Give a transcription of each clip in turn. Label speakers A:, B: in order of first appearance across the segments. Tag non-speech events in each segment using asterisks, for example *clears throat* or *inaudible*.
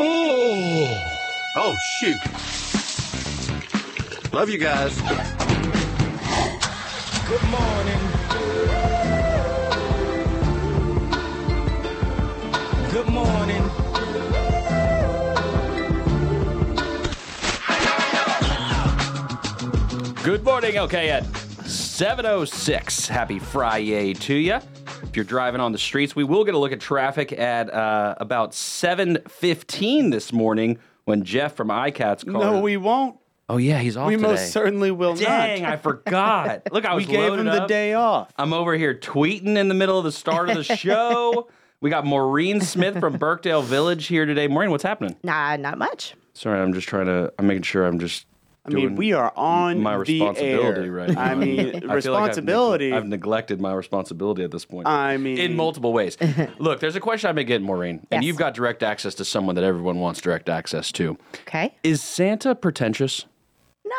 A: Oh,
B: Oh, shoot. Love you guys.
A: good morning. Good morning.
C: Good morning, okay, at 7.06. Happy Friday to you. If you're driving on the streets, we will get a look at traffic at uh, about 7.15 this morning when Jeff from iCats called.
D: No, we won't.
C: oh, yeah, he's off
D: We
C: today.
D: most certainly will
C: Dang,
D: not.
C: I
D: *laughs*
C: forgot. Look, I
D: we
C: was
D: gave
C: loaded
D: him the
C: up.
D: day off.
C: I'm over here tweeting in the middle of the start
D: *laughs*
C: of the show. we got Maureen Smith from Burkdale Village here today. Maureen, what's happening?
E: Nah, not much.
C: Sorry, I'm just trying to, I'm making sure I'm just
D: I mean, we are on
C: my
D: the
C: responsibility
D: air.
C: right now. *laughs*
D: I mean,
C: feel like I've neg-
D: responsibility.
C: I've, neglected my responsibility at this point.
D: I mean-
C: in multiple
D: *laughs*
C: ways. Look, there's a question I've been getting, Maureen, and
E: Yes.
C: you've got direct access to someone that everyone wants direct access to.
E: Okay.
C: Is Santa pretentious?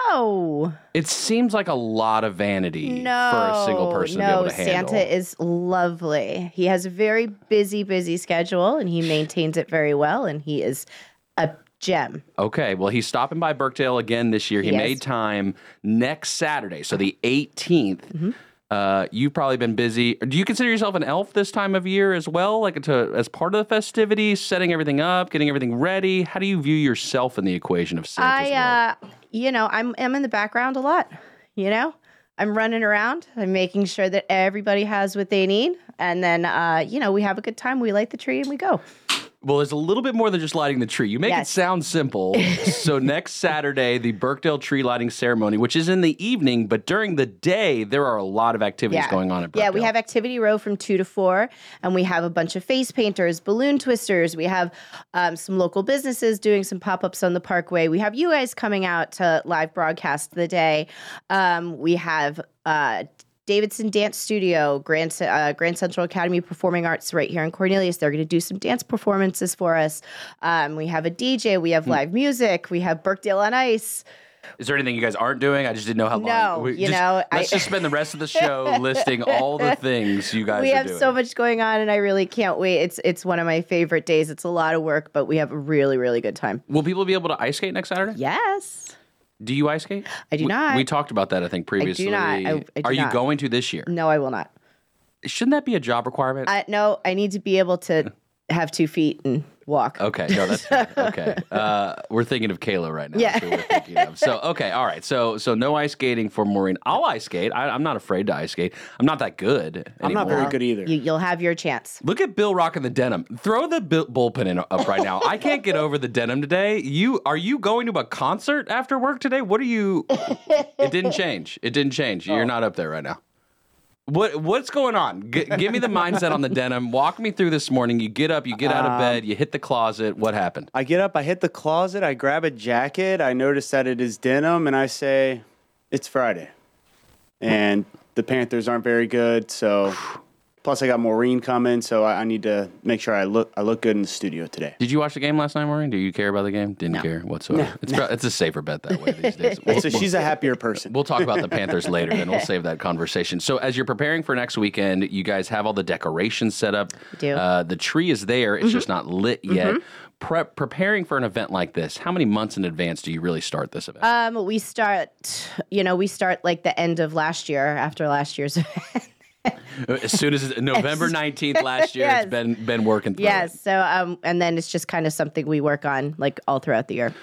E: No.
C: It seems like a lot of vanity
E: No.
C: for a single person
E: no,
C: to be able to handle.
E: Santa is lovely. He has a very busy, busy schedule and he maintains it very well and he is a gem.
C: Okay, well, he's stopping by Burkdale again this year. He
E: Yes.
C: made time next Saturday, so the 18th.
E: Mm-hmm.
C: Uh, you've probably been busy. Do you consider yourself an elf this time of year as well, like to, as part of the festivities, setting everything up, getting everything ready? How do you view yourself in the equation of Santa's world?
E: I uh you know, I'm I'm in the background a lot, you know? I'm running around. I'm making sure that everybody has what they need. And then, uh, you know, we have a good time. We light the tree and we go.
C: Well, it's a little bit more than just lighting the tree. You make
E: Yes.
C: it sound
E: *laughs*
C: simple. so next Saturday, the Burkdale tree lighting ceremony, which is in the evening, but during the day, there are a lot of activities going on at Burkdale.
E: Yeah, we have activity row from two to four, and we have a bunch of face painters, balloon twisters. We have um, some local businesses doing some pop ups on the parkway. We have you guys coming out to live broadcast the day. Um, we have. Uh, Davidson Dance Studio, Grand, Ce- uh, Grand Central Academy of Performing Arts, right here in Cornelius. They're going to do some dance performances for us. Um, we have a DJ, we have
C: Hmm.
E: live music, we have Burkdale on Ice.
C: Is there anything you guys aren't doing? I just didn't know how long.
E: No, you
C: just-
E: know,
C: let's
E: I-
C: just spend the rest
E: *laughs*
C: of the show listing all the things you guys
E: we
C: are
E: have
C: doing.
E: so much going on and i really can't wait it's it's one of my favorite days it's a lot of work but we have a really really good time
C: Will people be able to ice skate next Saturday?
E: yes
C: Do you ice skate?
E: I do
C: we,
E: not.
C: We talked about that, I think, previously.
E: not. I- I do
C: are you
E: not.
C: going to this year?
E: no i will not
C: Shouldn't that be a job requirement?
E: i no i need to be able
C: *laughs*
E: to have two feet and walk
C: Okay, no, that's
E: *laughs*
C: okay. Uh, we're thinking of Kayla right now.
E: Yeah.
C: is who we're thinking of. So okay, all right. So so no ice skating for Maureen. I'll ice skate. I, I'm not afraid to ice skate. I'm not that good.
D: I'm not
C: anymore.
D: very good either.
E: you, you'll have your chance
C: Look at Bill rocking the denim. Throw the bu- bullpen in up right now. I can't get over the denim today. You are you going to a concert after work today? What are you? It didn't change. It didn't change. You're not up there right now. What what's going on? G- give me the mindset on the denim. Walk me through this morning. You get up. You get out of bed. You hit the closet. What happened?
D: I get up, I hit the closet, I grab a jacket, I notice that it is denim, and I say, It's Friday. And the Panthers aren't very good, so *sighs* plus I got Maureen coming, so I, I need to make sure I look I look good in the studio today.
C: Did you watch the game last night, Maureen? Do you care about the game? Didn't care whatsoever. It's pro- it's a safer bet that way these days. We'll-
D: So she's a happier person.
C: We'll talk about the
E: *laughs*
C: Panthers later, then we'll save that conversation. So, as you're preparing for next weekend, you guys have all the decorations set up.
E: do. Mm-hmm.
C: Uh, the tree is there; it's just not lit yet. Prep preparing for an event like this. How many months in advance do you really start this event?
E: um we start you know we start like the end of last year after last year's *laughs*
C: as soon as it's- November nineteenth last year,
E: *laughs* Yes.
C: it's been been working. Through it.
E: yes so um and then it's just kind of something we work on like all throughout the year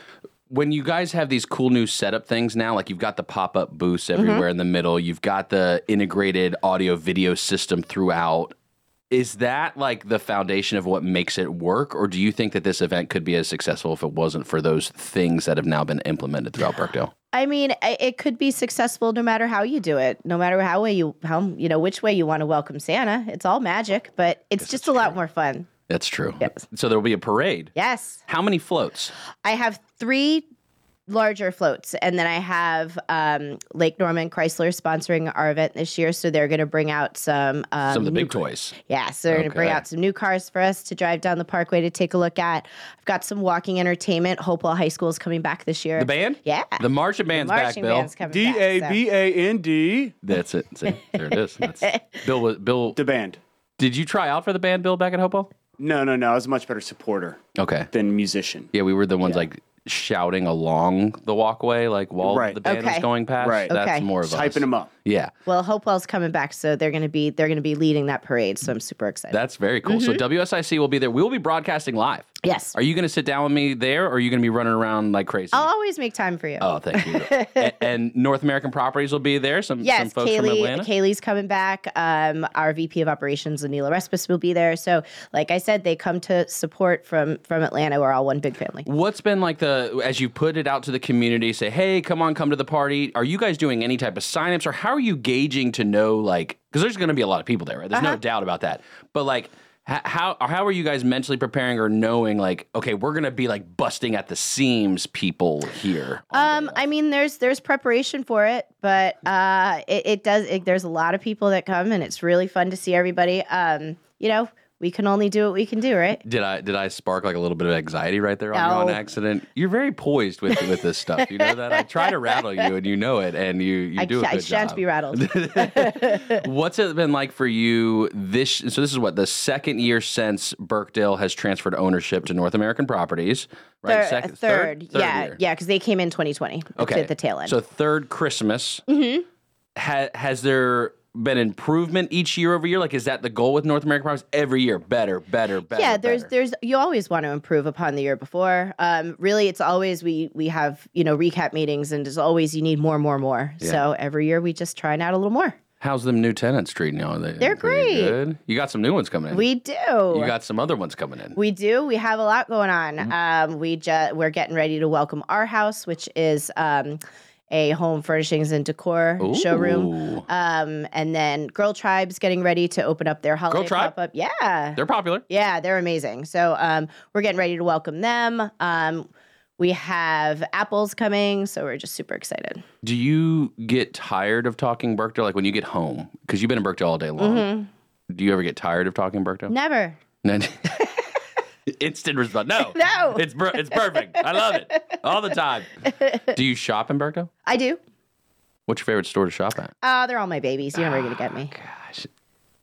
C: when you guys have these cool new setup things now, like you've got the pop up booths everywhere
E: Mm-hmm.
C: in the middle, you've got the integrated audio video system throughout. Is that like the foundation of what makes it work, or do you think that this event could be as successful if it wasn't for those things that have now been implemented throughout Burkdale?
E: I mean, I- it could be successful no matter how you do it, no matter how way you how you know which way you want to welcome Santa. It's all magic, but it's just a lot more fun.
C: That's true.
E: Yes.
C: So there will be a parade.
E: Yes,
C: How many floats?
E: I have three larger floats, and then I have um, Lake Norman Chrysler sponsoring our event this year, so they're going to bring out some um,
C: Some of the big toys.
E: Yeah, so they're going to bring
C: Okay.
E: out some new cars for us to drive down the parkway to take a look at. I've got some walking entertainment. Hopewell High School is coming back this year.
C: The band?
E: Yeah.
C: The marching band's
E: marching
C: back, Bill.
E: band's coming
D: D
E: back.
D: A
E: so-
D: B A N D
C: That's
E: *laughs*
C: it. See, there it is. That's, Bill, was- Bill,
D: the band.
C: did you try out for the band, Bill, back at Hopewell?
D: No, no, no. I was a much better supporter
C: Okay.
D: than musician.
C: Yeah, we were the ones like shouting along the walkway, like while
D: Right.
C: the band was
E: Okay.
C: going past.
D: Right.
C: That's
E: Okay.
C: more of
D: Just
C: us.
D: hyping them up.
C: Yeah,
E: Well, Hopewell's coming back, so they're gonna be they're gonna be leading that parade. So I'm super excited.
C: that's very cool. So
E: Mm-hmm.
C: WSIC will be there. We will be broadcasting live.
E: yes,
C: Are you going to sit down with me there, or are you going to be running around like crazy?
E: I'll always make time for you.
C: Oh, thank you. A- and, North American Properties will be there. Some some
E: Yes,
C: folks from
E: Kaylee.
C: Atlanta.
E: Kaylee's coming back. Um, our VP of Operations, Anila Respis, will be there. So, like I said, they come to support from from Atlanta. We're all one big family.
C: What's been like the as you put it out to the community? Say, hey, come on, come to the party. Are you guys doing any type of signups, or how are you gauging to know like? Because there's going to be a lot of people there, right? There's
E: Uh-huh.
C: no doubt about that. But like. h- How how are you guys mentally preparing or knowing like okay we're gonna be like busting at the seams people here
E: Um, I mean, there's there's preparation for it, but uh, it, it does. It, there's a lot of people that come, and it's really fun to see everybody. Um, you know, we can only do what we can do, right?
C: did I did I spark like a little bit of anxiety right there on
E: No.
C: your own accident you're very poised with with this stuff you know that I try
E: *laughs*
C: to rattle you and you know it and you you
E: I,
C: do a
E: ca- I
C: good
E: shan't
C: job.
E: be rattled.
C: What's it been like for you this? So this is what the second year since Burkdale has transferred ownership to North American Properties, right?
E: Third,
C: Sec-
E: third, yeah,
C: year.
E: yeah, because they came in 2020
C: Okay,
E: at the tail end. Mm-hmm.
C: So third Christmas. Ha- has there been improvement each year over year? Like, is that the goal with North American Properties? Every year, better, better, better.
E: yeah there's
C: better.
E: there's you always want to improve upon the year before um really it's always we we have you know recap meetings and as always you need more more more so every year we just try and add a little more
C: How's them new tenants treating you? Are they
E: They're
C: pretty
E: great.
C: Good? You got some new ones coming in.
E: we do
C: you got Mm-hmm. some other ones coming in.
E: we do. We have a lot going on. Um, we just we're getting ready to welcome our house, which is um, a home furnishings and decor showroom.
C: Ooh.
E: Um, and then Girl Tribe's getting ready to open up their holiday
C: Tribe?
E: pop up. Yeah,
C: They're popular.
E: Yeah, they're amazing. So um, we're getting ready to welcome them. Um, we have apples coming, so we're just super excited.
C: Do you get tired of talking Burkdale? Like when you get home, because you've been in Burkdale all day long.
E: Mm-hmm.
C: Do you ever get tired of talking Burkdale?
E: Never.
C: No. *laughs* Instant response. No.
E: *laughs* No.
C: It's per- it's perfect. I love it all the time. Do you shop in Burkdale?
E: I do.
C: What's your favorite store to shop at?
E: Uh, they're all my babies. You're never going to get me.
C: Gosh.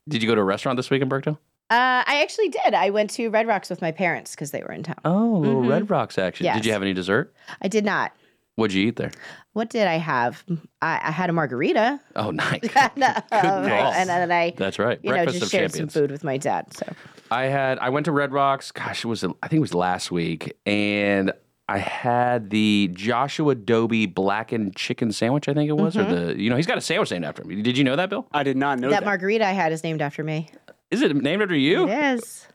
C: Did you go to a restaurant this week in Burkdale?
E: Uh, I actually did. I went to Red Rocks with my parents because they were in town.
C: Oh, a little Red Rocks action.
E: Mm-hmm. Yes.
C: Did you have any dessert?
E: I did not.
C: What'd you eat there?
E: What did I have? I, I had a margarita. *laughs*
C: Oh, nice.
E: No,
C: call.
E: and then I,
C: That's right.
E: you know,
C: Breakfast
E: just
C: of
E: shared
C: champions.
E: some food with my dad. So
C: I had I went to Red Rocks. Gosh, it was I think it was last week, and I had the Joshua Dobie blackened chicken sandwich. I think it was,
E: Mm-hmm.
C: or the you know he's got a sandwich named after him. Did you know that, Bill?
D: I did not know
E: that
D: that.
E: margarita I had is named after
C: *laughs*
E: me.
C: Is it named after you?
E: It is.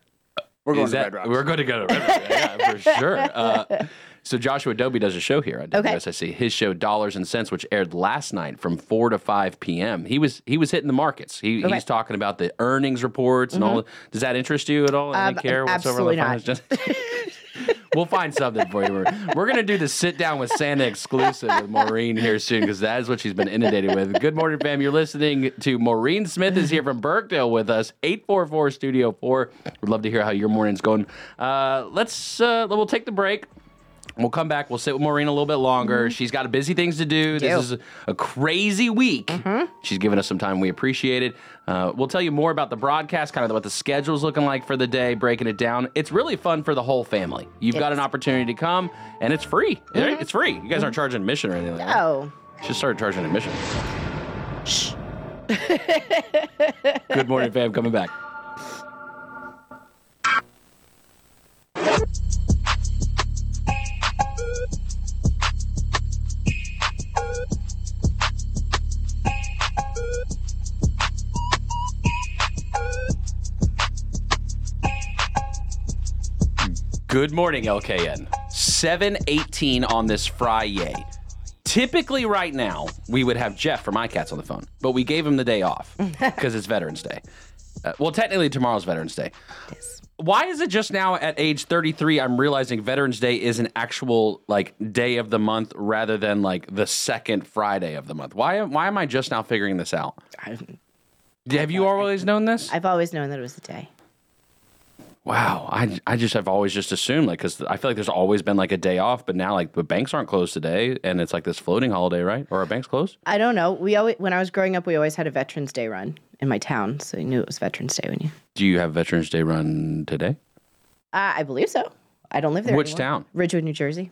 D: We're going
C: Is
D: to
C: that-
D: Red Rocks.
C: We're going to go to Red Rocks, yeah,
E: *laughs*
C: for sure. Uh, so Joshua Dobie does a show here on
E: Okay.
C: WSIC. His show Dollars and Cents, which aired last night from four to five p.m. He was he was hitting the markets. He,
E: Okay. Mm-hmm.
C: He's talking about the earnings reports and all. Does that interest you at all? Any
E: Um,
C: care whatsoever? on the
E: absolutely
C: finance? We'll find something for you. We're, we're going to do the sit down with Santa exclusive with Maureen here soon because that is what she's been inundated with. Good morning, fam. You're listening to Maureen Smith is here from Burkdale with us, 844 Studio 4. We'd love to hear how your morning's going. Uh, let's, uh, we'll take the break. We'll come back. We'll sit with Maureen a little bit longer. She's got busy things to do. This is a crazy week. She's given us some time. We appreciate it. Uh, we'll tell you more about the broadcast, kind of what the schedule's looking like for the day, breaking it down. It's really fun for the whole family. You've got an opportunity to come, and it's free. right? It's free. You guys aren't charging admission or anything. like that.
E: Oh,
C: Should start charging admission. *laughs* Good morning, fam. Coming back. Good morning, LKN. 718 on this Friday. Typically, right now, we would have Jeff from iCats on the phone, but we gave him the day off because it's Veterans Day. Uh, well, technically, tomorrow's Veterans Day. Why is it just now at age 33 I'm realizing Veterans Day is an actual like day of the month rather than like the second Friday of the month? Why am, why am I just now figuring this out? Have you always known this?
E: I've always known that it was the day.
C: Wow, I, I just have always just assumed like because I feel like there's always been like a day off, but now like the banks aren't closed today, and it's like this floating holiday, right? Or are banks closed?
E: I don't know. We always, when I was growing up, we always had a Veterans Day run in my town, so you knew it was Veterans Day when you.
C: Do you have Veterans Day run today?
E: Uh, I believe so. I don't live there.
C: Which
E: anymore.
C: town?
E: Ridgewood, New Jersey.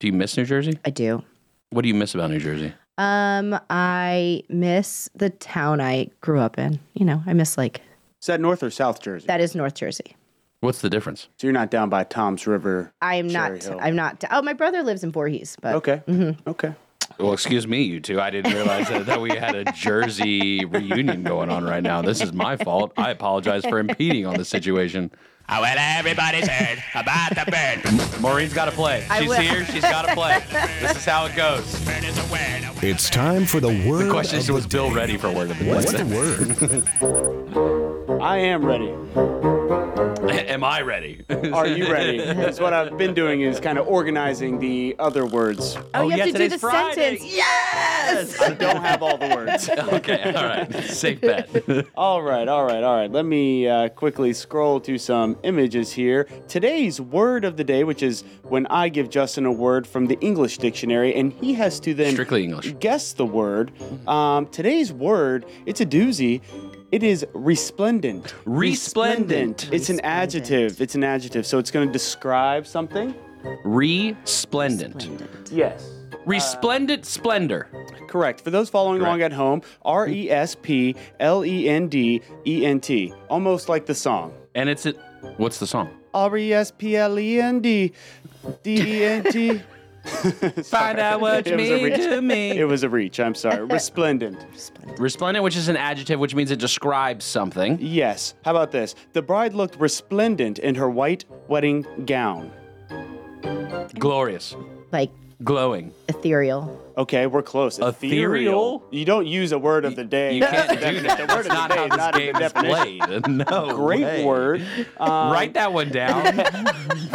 C: Do you miss New Jersey?
E: I do.
C: What do you miss about New Jersey?
E: Um, I miss the town I grew up in. You know, I miss like
D: Is that North or South Jersey?
E: that is North Jersey.
C: What's the difference?
D: so you're not down by Tom's River.
E: I am
D: Cherry
E: not.
D: Hill.
E: I'm not. Oh, my brother lives in Voorhees, but
D: Okay.
E: Mm-hmm.
D: Okay.
C: Well, excuse me, you two. I didn't realize that, that we had a Jersey reunion going on right now. This is my fault. I apologize for impeding on the situation.
F: Oh, well, everybody's heard about the bird.
C: Maureen's got to play.
E: I
C: She's
E: will.
C: here. She's got to play. This is how it goes.
F: Bird is a word, a word.
G: It's time for the word.
C: The question is,
G: of
C: was Bill ready for word of the
G: the- what's the
C: day?
G: word?
D: I am ready.
C: Am I ready?
D: Are you ready? That's what I've been doing is kind of organizing the other words.
E: oh,
C: Oh,
E: you have
C: yeah,
E: to do
C: today's
E: the
C: Friday.
E: sentence. Yes.
D: I don't have all
C: *laughs*
D: the words.
C: *laughs* okay, all right. Safe *laughs* bet.
D: All right, all right, all right. Let me uh, quickly scroll to some images here. Today's word of the day, which is when I give Justin a word from the English dictionary, and he has to then
C: Strictly English.
D: guess the word. Um, today's word, it's a doozy. It is resplendent.
C: Resplendent.
D: It's an adjective. It's an adjective. So it's going to describe something.
C: Resplendent.
D: Yes. Uh,
C: Resplendent splendor.
D: Correct. For those following along at home, R E S P L E N D E N T. Almost like the song.
C: And it's it. What's the song?
D: R E S P L E N D D E N *laughs* T.
C: Find out what you
D: *laughs* It was a
C: mean
D: reach.
C: to me.
D: It was a reach. I'm *laughs* sorry. Resplendent.
C: Resplendent, which is an adjective, which means it describes something.
D: Yes. How about this? The bride looked resplendent in her white wedding gown.
C: Glorious,
E: Like
C: glowing.
E: ethereal.
D: Okay, we're close.
C: Ethereal?
D: You don't use a word of the day.
C: You can't
D: That's *laughs* the
C: do
D: definition.
C: that.
D: The word
C: That's
D: of the
C: not how
D: day is
C: this
D: not in
C: game
D: the
C: is
D: definition.
C: played. *laughs* No.
D: Great
C: way. *laughs*
D: word. Um,
C: Write that one
D: *laughs*
C: down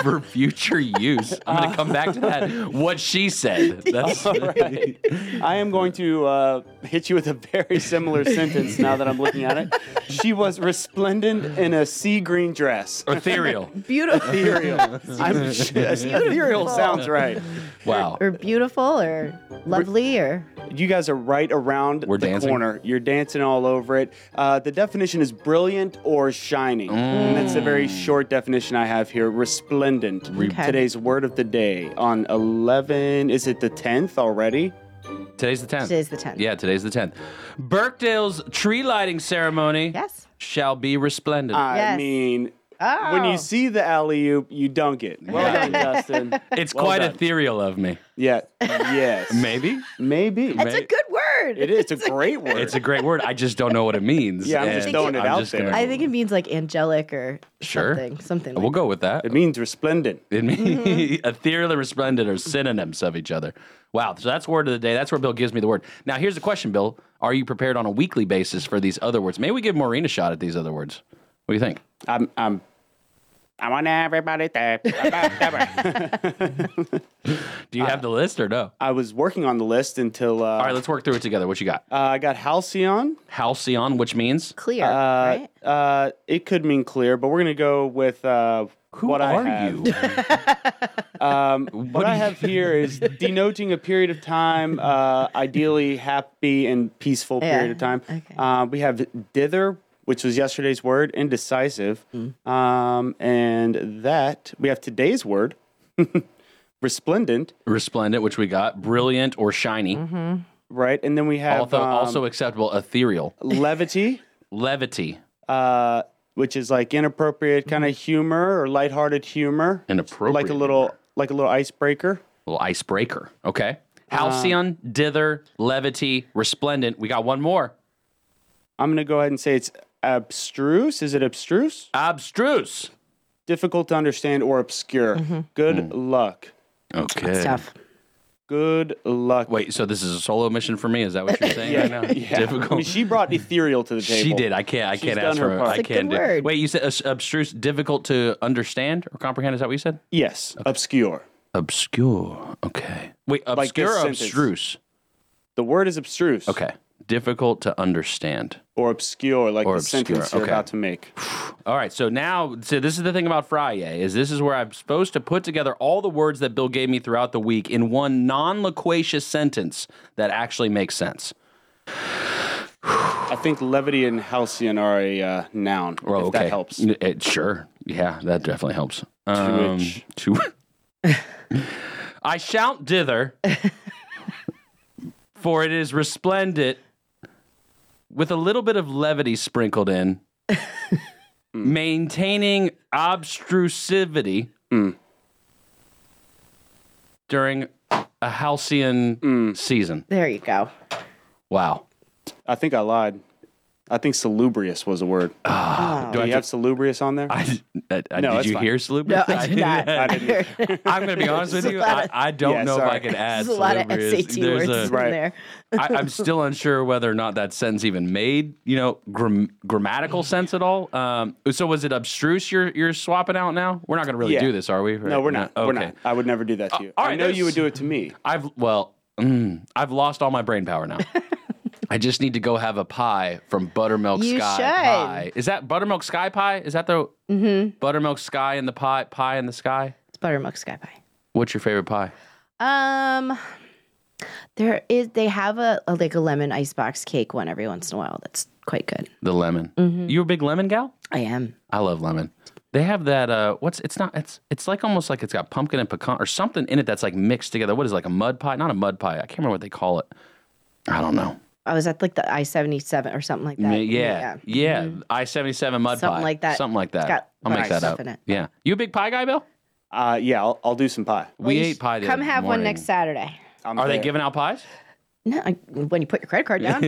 C: for future use. I'm going to come back to that. What she said. That's
D: Uh, *laughs* Right. I am going to uh, hit you with a very similar sentence now that I'm looking at it. She was resplendent in a sea green
C: *laughs*
D: dress.
C: ethereal.
E: Beautiful
D: Ethereal. I'm sh- *laughs* ethereal sounds right.
C: Wow.
E: or beautiful or lovely or
D: You guys are right around
C: We're
D: the
C: dancing?
D: corner. You're dancing all over it. Uh, the definition is brilliant or shining. And that's a very short definition I have here. Resplendent.
E: Okay.
D: Today's word of the day on 11. Is it the 10th already?
C: Today's the 10th.
E: Today's the 10th.
C: Yeah, today's the 10th. Burkdale's tree lighting ceremony
E: yes.
C: shall be resplendent.
D: I
E: Yes.
D: mean,
E: Oh.
D: when you see the alley oop, you dunk it. Well
C: Yeah.
D: done, Justin.
C: it's
D: *laughs* well
C: quite
D: done.
C: ethereal of me.
D: Yeah.
C: *laughs*
D: Yes.
C: Maybe.
D: Maybe.
E: It's a good word.
D: It is. It's a great word.
C: It's a great word. I just don't know what it means.
D: Yeah, I'm just
C: and
D: throwing it out
C: gonna-
D: there.
E: I think it means like angelic or
C: Sure.
E: something. Something. Like
C: we'll go with that.
D: it means resplendant.
C: It means *laughs*
E: Mm-hmm.
C: ethereal and resplendent are synonyms of each other. Wow. So that's word of the day. That's where Bill gives me the word. Now, here's the question, Bill. Are you prepared on a weekly basis for these other words? Maybe we give Maureen a shot at these other words. What do you think?
D: I'm. I'm. I want everybody to.
C: Do you
E: Uh,
C: have the list or no?
D: I was working on the list until uh,
C: All right, let's work through it together. What you got?
D: uh, I got halcyon.
C: Halcyon, which means
E: Clear.
D: Uh,
E: right?
D: uh, it could mean clear, but we're gonna go with uh,
C: who
D: what
C: are
D: I have.
C: *laughs* you?
D: What I have
C: *laughs*
D: here is denoting a period of time, uh, ideally happy and peaceful period
E: Yeah,
D: of time.
E: okay.
D: Uh, we have dither, which was yesterday's word, indecisive,
E: Hmm.
D: um, and that we have today's word, *laughs* resplendent,
C: Resplendent, which we got. Brilliant or shiny.
D: right? And then we Mm-hmm. have
C: Although
D: um,
C: also acceptable, ethereal. *laughs*
D: levity.
C: Levity,
D: uh, which is like inappropriate kind of humor or lighthearted humor.
C: Mm-hmm. Inappropriate
D: Like a little
C: humor.
D: like a little icebreaker.
C: little icebreaker. Okay. Halcyon,
D: Um,
C: dither, levity, resplendent. We got one more.
D: I'm gonna go ahead and say it's abstruse. Is it abstruse?
C: Abstruse.
D: Difficult to understand or obscure.
C: Mm-hmm.
D: Good
C: Mm.
D: luck.
C: Okay.
E: Stuff.
D: Good luck.
C: Wait, so this is a solo mission for me? Is that
D: *laughs*
C: what you're saying right now?
D: Yeah. I mean,
C: Difficult.
D: she brought ethereal to the table.
C: She did. I can't. I can't
D: done
C: ask
D: her
C: for.
D: part.
C: I
E: It's a
C: can't
E: good
C: do.
E: word.
C: Wait, you said abs- abstruse, difficult to understand or comprehend. Is that what you said?
D: Yes, obscure.
C: Obscure. Okay. Wait,
D: Like this
C: obscure. or
D: sentence.
C: abstruse.
D: The word is obstruse.
C: Okay. Difficult to understand.
D: Or obscure, like
C: Or
D: the
C: obscure,
D: sentence you're
C: okay.
D: about to make.
C: All right, so now, so this is the thing about Friday is this is where I'm supposed to put together all the words that Bill gave me throughout the week in one non-loquacious sentence that actually makes sense.
D: I think levity and halcyon are a uh, noun.
C: Well,
D: if
C: okay.
D: that helps.
C: N- it- sure, Yeah, that definitely helps. Um,
D: which-
C: to *laughs* I shout
D: *laughs*
C: dither, for it is resplendent, with a little bit of levity sprinkled
D: *laughs*
C: in,
D: Mm.
C: maintaining obstrusivity
D: Mm.
C: during a halcyon
D: Mm.
C: season.
E: There you go.
C: Wow.
D: I think I lied. I think salubrious was a word.
C: Do
D: Do
C: I
D: you
C: have
D: have salubrious on there?
C: I, I, I-
D: No,
C: did
D: it's
C: you
D: fine.
C: hear Salubri?
E: No, *laughs*
C: *laughs*
E: I did not.
D: I
E: *laughs*
D: didn't.
C: I'm going to be honest with you. I, I don't
D: Yeah,
C: know if I
D: sorry.
C: can add
E: There's a lot of
C: salubrious.
E: SAT
C: There's
E: words
C: a-
E: *laughs* in
D: Right.
E: there.
C: I, I'm still unsure whether or not that sentence even made you know gram- grammatical sense at all. Um, so was it abstruse? You're you're swapping out now. We're not going to really
D: Yeah.
C: do this, are we?
D: No,
C: Right?
D: we're not. We're not. I would never do that to you.
C: Uh, all
D: I
C: right,
D: know
C: there's-
D: you would do it to me.
C: I've well, mm, I've lost all my brain power
E: *laughs*
C: now. I just need to go have a pie from Buttermilk
E: You
C: Sky
E: should.
C: Pie. Is that Buttermilk Sky Pie? Is that the
E: Mm-hmm.
C: Buttermilk Sky in the pie? Pie in the sky.
E: It's buttermilk sky pie.
C: What's your favorite pie?
E: Um, there is they have a, a like a lemon icebox cake one every once in a while. That's quite good.
C: The lemon.
E: Mm-hmm.
C: You a big lemon gal?
E: I am.
C: I love lemon. They have that. Uh, what's it's not. It's it's like almost like it's got pumpkin and pecan or something in it that's like mixed together. What is it, like a mud pie? Not a mud pie. I can't remember what they call it. I don't know.
E: I was at like the I seventy seven or something like that.
C: Ma- yeah, yeah. I seventy seven mud
E: Mm-hmm. Something
C: pie.
E: like that.
C: Something like that.
E: It's got
C: I'll make
E: pie
C: that
E: stuff
C: up.
E: in it.
C: Yeah. You a big pie guy, Bill?
D: Uh, yeah, I'll, I'll do some pie.
C: we ate pie. the
E: Come have
C: morning.
E: one next Saturday.
D: I'm
C: Are they
D: there.
C: giving out
E: *laughs*
C: pies?
E: No, I, when you put your credit
C: *laughs*
E: card down.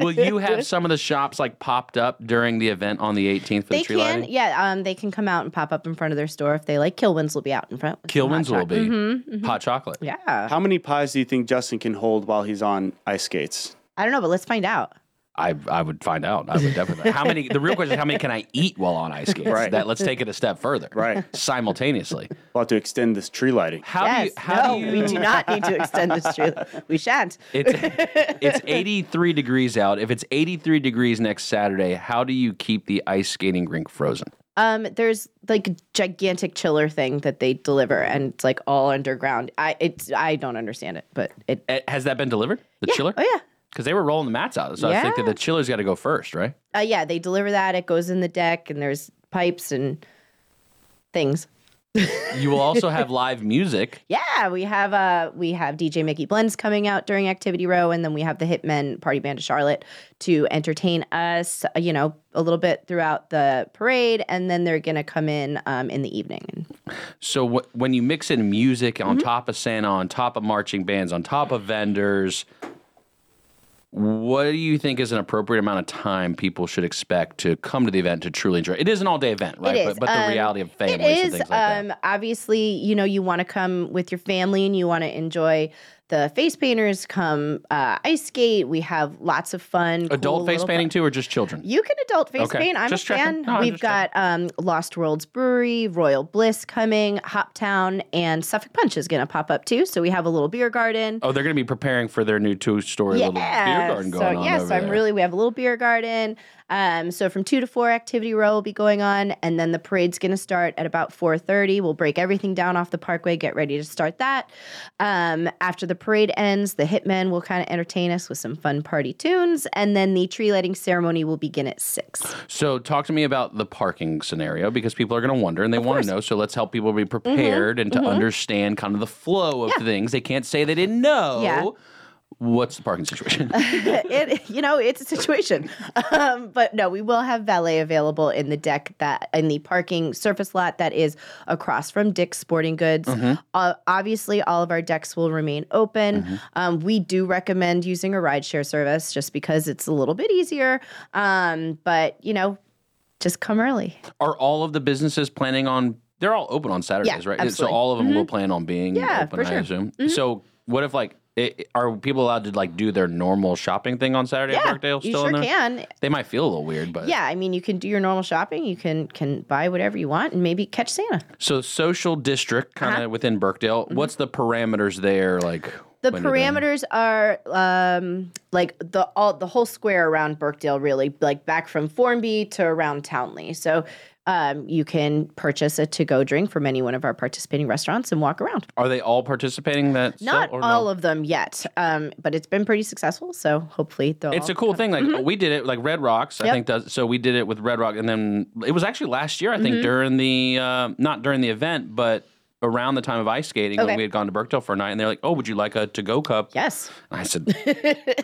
C: Will you have some of the shops like popped up during the event on the 18th for
E: they
C: the tree
E: can,
C: lighting?
E: yeah. Um, they can come out and pop up in front of their store if they like. Kilwins will be out in front. with some hot
C: Kilman's will
E: chocolate. Mm-hmm,
C: be hot chocolate.
E: Yeah,
D: How many pies do you think Justin can hold while he's on ice skates?
E: I don't know, but let's find out.
C: I, I would find out. I would definitely. How many? The real question is how many can I eat while on ice skates?
D: Right.
C: That let's take it a step further.
D: Right.
C: Simultaneously.
D: We'll have to extend this tree lighting.
C: How
E: yes,
C: do you? How
E: no,
C: do
E: we
C: you?
E: *laughs* do not need to extend this tree.
C: *laughs*
E: We shan't.
C: It's it's 83 degrees out. If it's 83 degrees next Saturday, how do you keep the ice skating rink frozen?
E: Um, there's like a gigantic chiller thing that they deliver, and it's like all underground. I it's I don't understand it, but it.
C: Eh, Has that been delivered? The chiller?
E: Oh yeah,
C: Because they were rolling the mats out, so I was thinking
E: Yeah.
C: the chiller's got to go first,
E: *laughs*
C: right?
E: uh, yeah, they deliver that. It goes in the deck, and there's pipes and things.
C: You will also have live music.
E: Yeah, we have uh we have DJ Mickey Blends coming out during Activity Row, and then we have the Hitmen Party Band of Charlotte to entertain us, uh, you know, a little bit throughout the parade, and then they're gonna come in um in the evening. And
C: So wh- when you mix in music on
E: Mm-hmm.
C: top of Santa, on top of marching bands, on top of vendors, what do you think is an appropriate amount of time people should expect to come to the event to truly enjoy? It is an all-day event, right?
E: It is.
C: But, but the
E: Um,
C: reality of families
E: It
C: and
E: is.
C: things like
E: um,
C: that.
E: Obviously, you know, you want to come with your family and you want to enjoy the face painters. Come uh, ice skate. We have lots of fun.
C: Adult
E: cool
C: face
E: little-
C: painting too, or just children?
E: You can adult face
C: Okay.
E: paint. I'm
C: Just
E: a
C: checking.
E: fan.
C: No, I'm
E: We've
C: just
E: got um, Lost Worlds Brewery, Royal Bliss coming, Hoptown, and Suffolk Punch is going to pop up too. So we have a little beer garden.
C: oh, they're going to be preparing for their new two-story little beer garden going
E: so,
C: on
E: Yeah,
C: over
E: so I'm
C: there.
E: really, we have a little beer garden. Um, so from two to four, activity row will be going on, and then the parade's going to start at about 4:30. We'll break everything down off the parkway, get ready to start that. Um, after the parade ends, the hitmen will kind of entertain us with some fun party tunes, and then the tree lighting ceremony will begin at six.
C: So, talk to me about the parking scenario because people are going to wonder and they want to know. So, let's help people
E: Mm-hmm.
C: be prepared and to understand kind of the flow of things. They can't say they didn't know.
E: Yeah.
C: What's the parking
E: *laughs*
C: situation?
E: it you know it's a situation um, but no we will have valet available in the deck that in the parking surface lot that is across from dick's sporting goods
C: Mm-hmm.
E: uh, obviously all of our decks will remain open um, we do recommend using a rideshare service just because it's a little bit easier um, but you know just come early
C: are all of the businesses planning on? They're all open on Saturdays, right?
E: absolutely. Mm-hmm.
C: So, all of them will plan on being
E: Yeah,
C: open,
E: for
C: I
E: sure. Mm-hmm.
C: assume. So, what if like, it, are people allowed to like do their normal shopping thing on Saturday
E: yeah
C: at Brookdale?
E: you
C: Still
E: sure
C: in there?
E: can
C: They might feel a little weird, but
E: yeah i mean you can do your normal shopping you can can buy whatever you want and maybe catch santa Uh-huh.
C: So, social district kind of within Brookdale. What's the parameters there? Like,
E: Mm-hmm.
C: when
E: The
C: you're down there.
E: parameters are um, like the all the whole square around Burkdale, really, like back from Formby to around Townley. So um, you can purchase a to-go drink from any one of our participating restaurants and walk around.
C: Are they all participating? That
E: Not all of them yet, um, but it's been pretty successful. So hopefully, they'll
C: It's
E: all
C: a cool thing. Like we did it, like Red Rocks. I
E: Mm-hmm. Yep.
C: think does so. We did it with Red Rock, and then it was actually last year. I think
E: Mm-hmm.
C: during the uh, not during the event, but around the time of ice skating
E: Okay.
C: when we had gone to Burkdale for a night, and they're like, "Oh, would you like a to-go cup?"
E: Yes.
C: And I
E: *laughs*
C: said,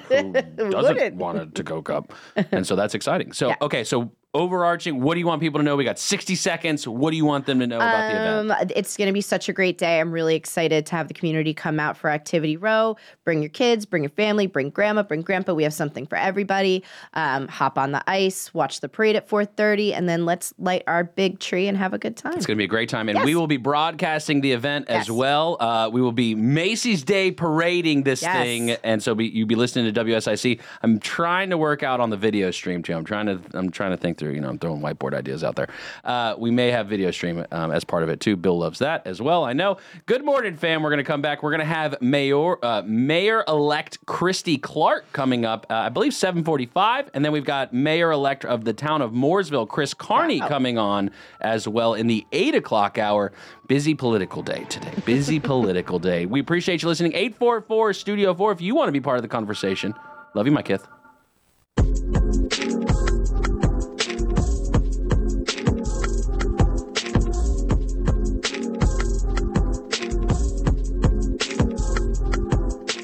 C: "Who doesn't
E: Wouldn't?"
C: want a to-go
E: *laughs*
C: cup?" And so that's exciting. So
E: Yeah.
C: okay, so overarching, what do you want people to know? We got sixty seconds. What do you want them to know about the event?
E: Um, it's going to be such a great day. I'm really excited to have the community come out for Activity Row. Bring your kids, bring your family, bring grandma, bring grandpa. We have something for everybody. Um, hop on the ice, watch the parade at 4:30, and then let's light our big tree and have a good time.
C: It's going to be a great time. And we
E: Yes.
C: will be broadcasting the event as
E: Yes.
C: well. Uh, we will be Macy's Day parading this
E: Yes.
C: thing. And so be, you'll be listening to WSIC. I'm trying to work out on the video stream too. I'm trying to I'm trying to think through, you know, I'm throwing whiteboard ideas out there. Uh, we may have video stream um, as part of it too. Bill loves that as well. I know. Good morning, fam. We're going to come back. We're going to have Mayor uh, Mayor elect Christy Clark coming up, uh, I believe 745. And then we've got Mayor elect of the town of Mooresville, Chris Carney, coming on as well in the eight o'clock hour. Busy political day today. Busy political day. We appreciate you listening. 844 Studio 4 if you want to be part of the conversation. Love you, my Kith.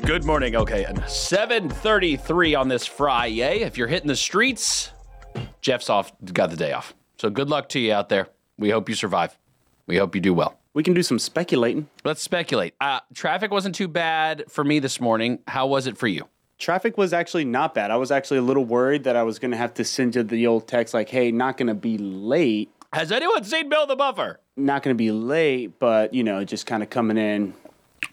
C: Good morning, okay. 7:33 on this Friday. If you're hitting the streets, Jeff's off got the day off. So good luck to you out there. We hope you survive. We hope you do well.
D: We can do some speculating.
C: Let's speculate. Uh, traffic wasn't too bad for me this morning. How was it for you?
D: Traffic was actually not bad. I was actually a little worried that I was going to have to send you the old text like, "Hey, not going to be late."
C: Has anyone seen Bill the Buffer?
D: Not going to be late, but you know, just kind of coming in,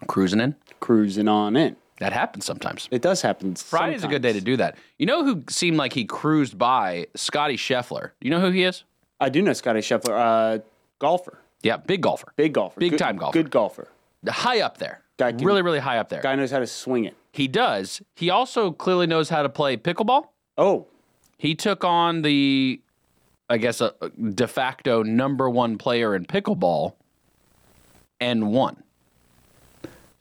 C: Cruising in.
D: cruising on in.
C: That happens sometimes.
D: It does happen.
C: Friday's a good day to do that. You know who seemed like he cruised by? Scotty Scheffler. Do you know who he is?
D: I do know Scotty Scheffler, uh, golfer,
C: Yeah, big golfer.
D: big golfer,
C: Big
D: Good-
C: time golfer.
D: good golfer.
C: High up there.
D: Guy can-
C: really, really high up there.
D: Guy knows how to swing it.
C: He does. He also clearly knows how to play pickleball.
D: Oh,
C: He took on the, I guess, a a de facto number one player in pickleball and won.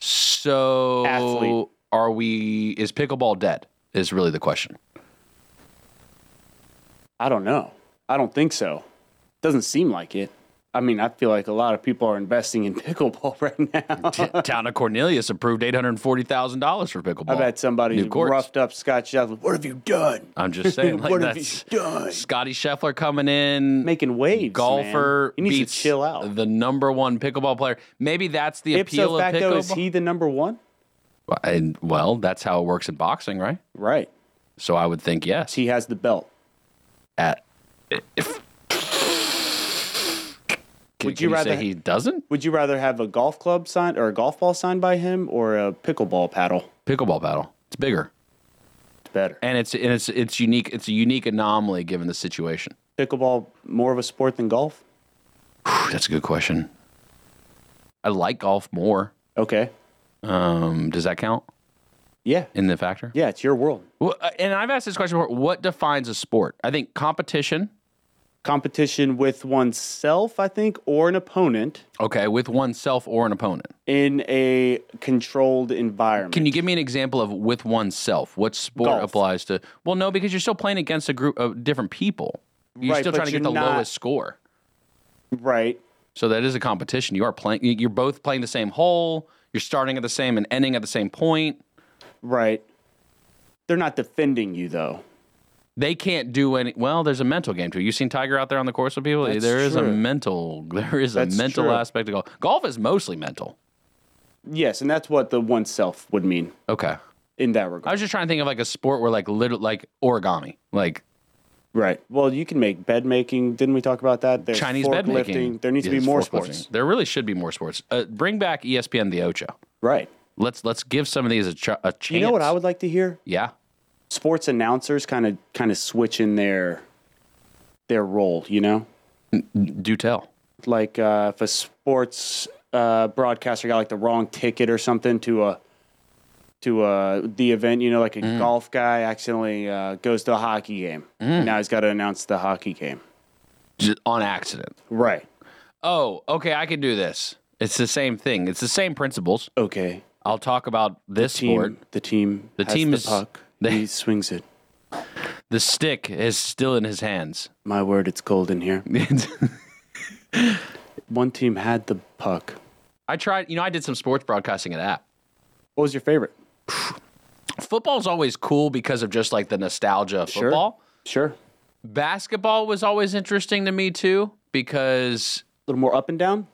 C: So,
D: Athlete.
C: are we, is pickleball dead? Is really the question.
D: I don't know. I don't think so. Doesn't seem like it. I mean, I feel like a lot of people are investing in *laughs* pickleball right now.
C: *laughs* T- Town of Cornelius approved $840,000 for pickleball.
D: I bet somebody
C: New courts.
D: roughed up Scott Scheffler. What have you done?
C: I'm just
D: *laughs*
C: saying, like,
D: What have you
C: that's
D: done?
C: Scotty Scheffler coming in.
D: Making waves.
C: golfer
D: man. He needs
C: beats
D: to chill out.
C: the number one pickleball player. Maybe that's the appeal
D: Ipso
C: of
D: facto, is
C: pickleball.
D: he the number one?
C: Well, and, well, that's how it works in boxing, right?
D: Right.
C: So I would think yes.
D: He has the belt.
C: At if Can-
D: Would
C: can
D: you rather-
C: say he doesn't
D: Would you rather have a golf club signed or a golf ball signed by him or a pickleball paddle?
C: pickleball paddle? It's bigger
D: It's better.
C: and it's and it's it's unique. It's a unique anomaly given the situation. *sighs*
D: Pickleball more of a sport than golf?
C: Whew, that's a good question. I like golf more.
D: Okay.
C: Um, does that count
D: Yeah.
C: in the factor?
D: Yeah, it's your world.
C: Well, uh, and I've asked this question before. What defines a sport? I think competition.
D: competition with oneself, I think, or an opponent
C: Okay, with oneself or an opponent.
D: in a controlled environment.
C: Can you give me an example of with oneself? What sport
D: Golf.
C: applies to? Well, no, because you're still playing against a group of different people. You're
D: Right,
C: still
D: but
C: trying to get the
D: you're not-
C: lowest score.
D: right.
C: So that is a competition. You are playing. you- You're both playing the same hole. You're starting at the same and ending at the same point.
D: Right. They're not defending you though.
C: They can't do any. Well, there's a mental game too. You seen Tiger out there on the course with people? There is
D: That's
C: a
D: true.
C: mental. *laughs* There is
D: That's
C: a mental
D: true.
C: aspect of golf. Golf is mostly mental.
D: Yes, and that's what the oneself would mean
C: Okay.
D: in that
C: I
D: regard.
C: was just trying to think of like a sport where like little like origami, like
D: right. Well, you can make bed making. Didn't we talk about that? There's
C: Chinese bed making.
D: forklifting. There needs to
C: Yes,
D: be more
C: forklifting.
D: sports.
C: There really should be more sports. Uh, bring back ESPN the Ocho.
D: Right.
C: Let's let's give some of these a, ch- a chance.
D: You know what I would like to hear?
C: Yeah,
D: Sports announcers kind of kind of switching their their role. You know.
C: do tell.
D: like uh, if a sports uh, broadcaster got like the wrong ticket or something to a to uh, the event. You know, like a
C: Mm.
D: golf guy accidentally uh, goes to a hockey game.
C: Mm.
D: Now he's got to announce the hockey game.
C: Just on accident.
D: Right.
C: Oh, okay, I can do this. It's the same thing. It's the same principles.
D: Okay.
C: I'll talk about this
D: Team.
C: sport.
D: The team.
C: The
D: has
C: team
D: the
C: is-
D: puck.
C: *laughs* they-
D: he swings it.
C: The stick is still in his hands.
D: My word, it's cold
C: *laughs*
D: in here. One team had the puck.
C: I tried, you know, I did some sports broadcasting at App.
D: What was your favorite?
C: Football's always cool because of just like the nostalgia of
D: Sure.
C: football.
D: Sure. A
C: Basketball was always interesting to me too because
D: little more up and down.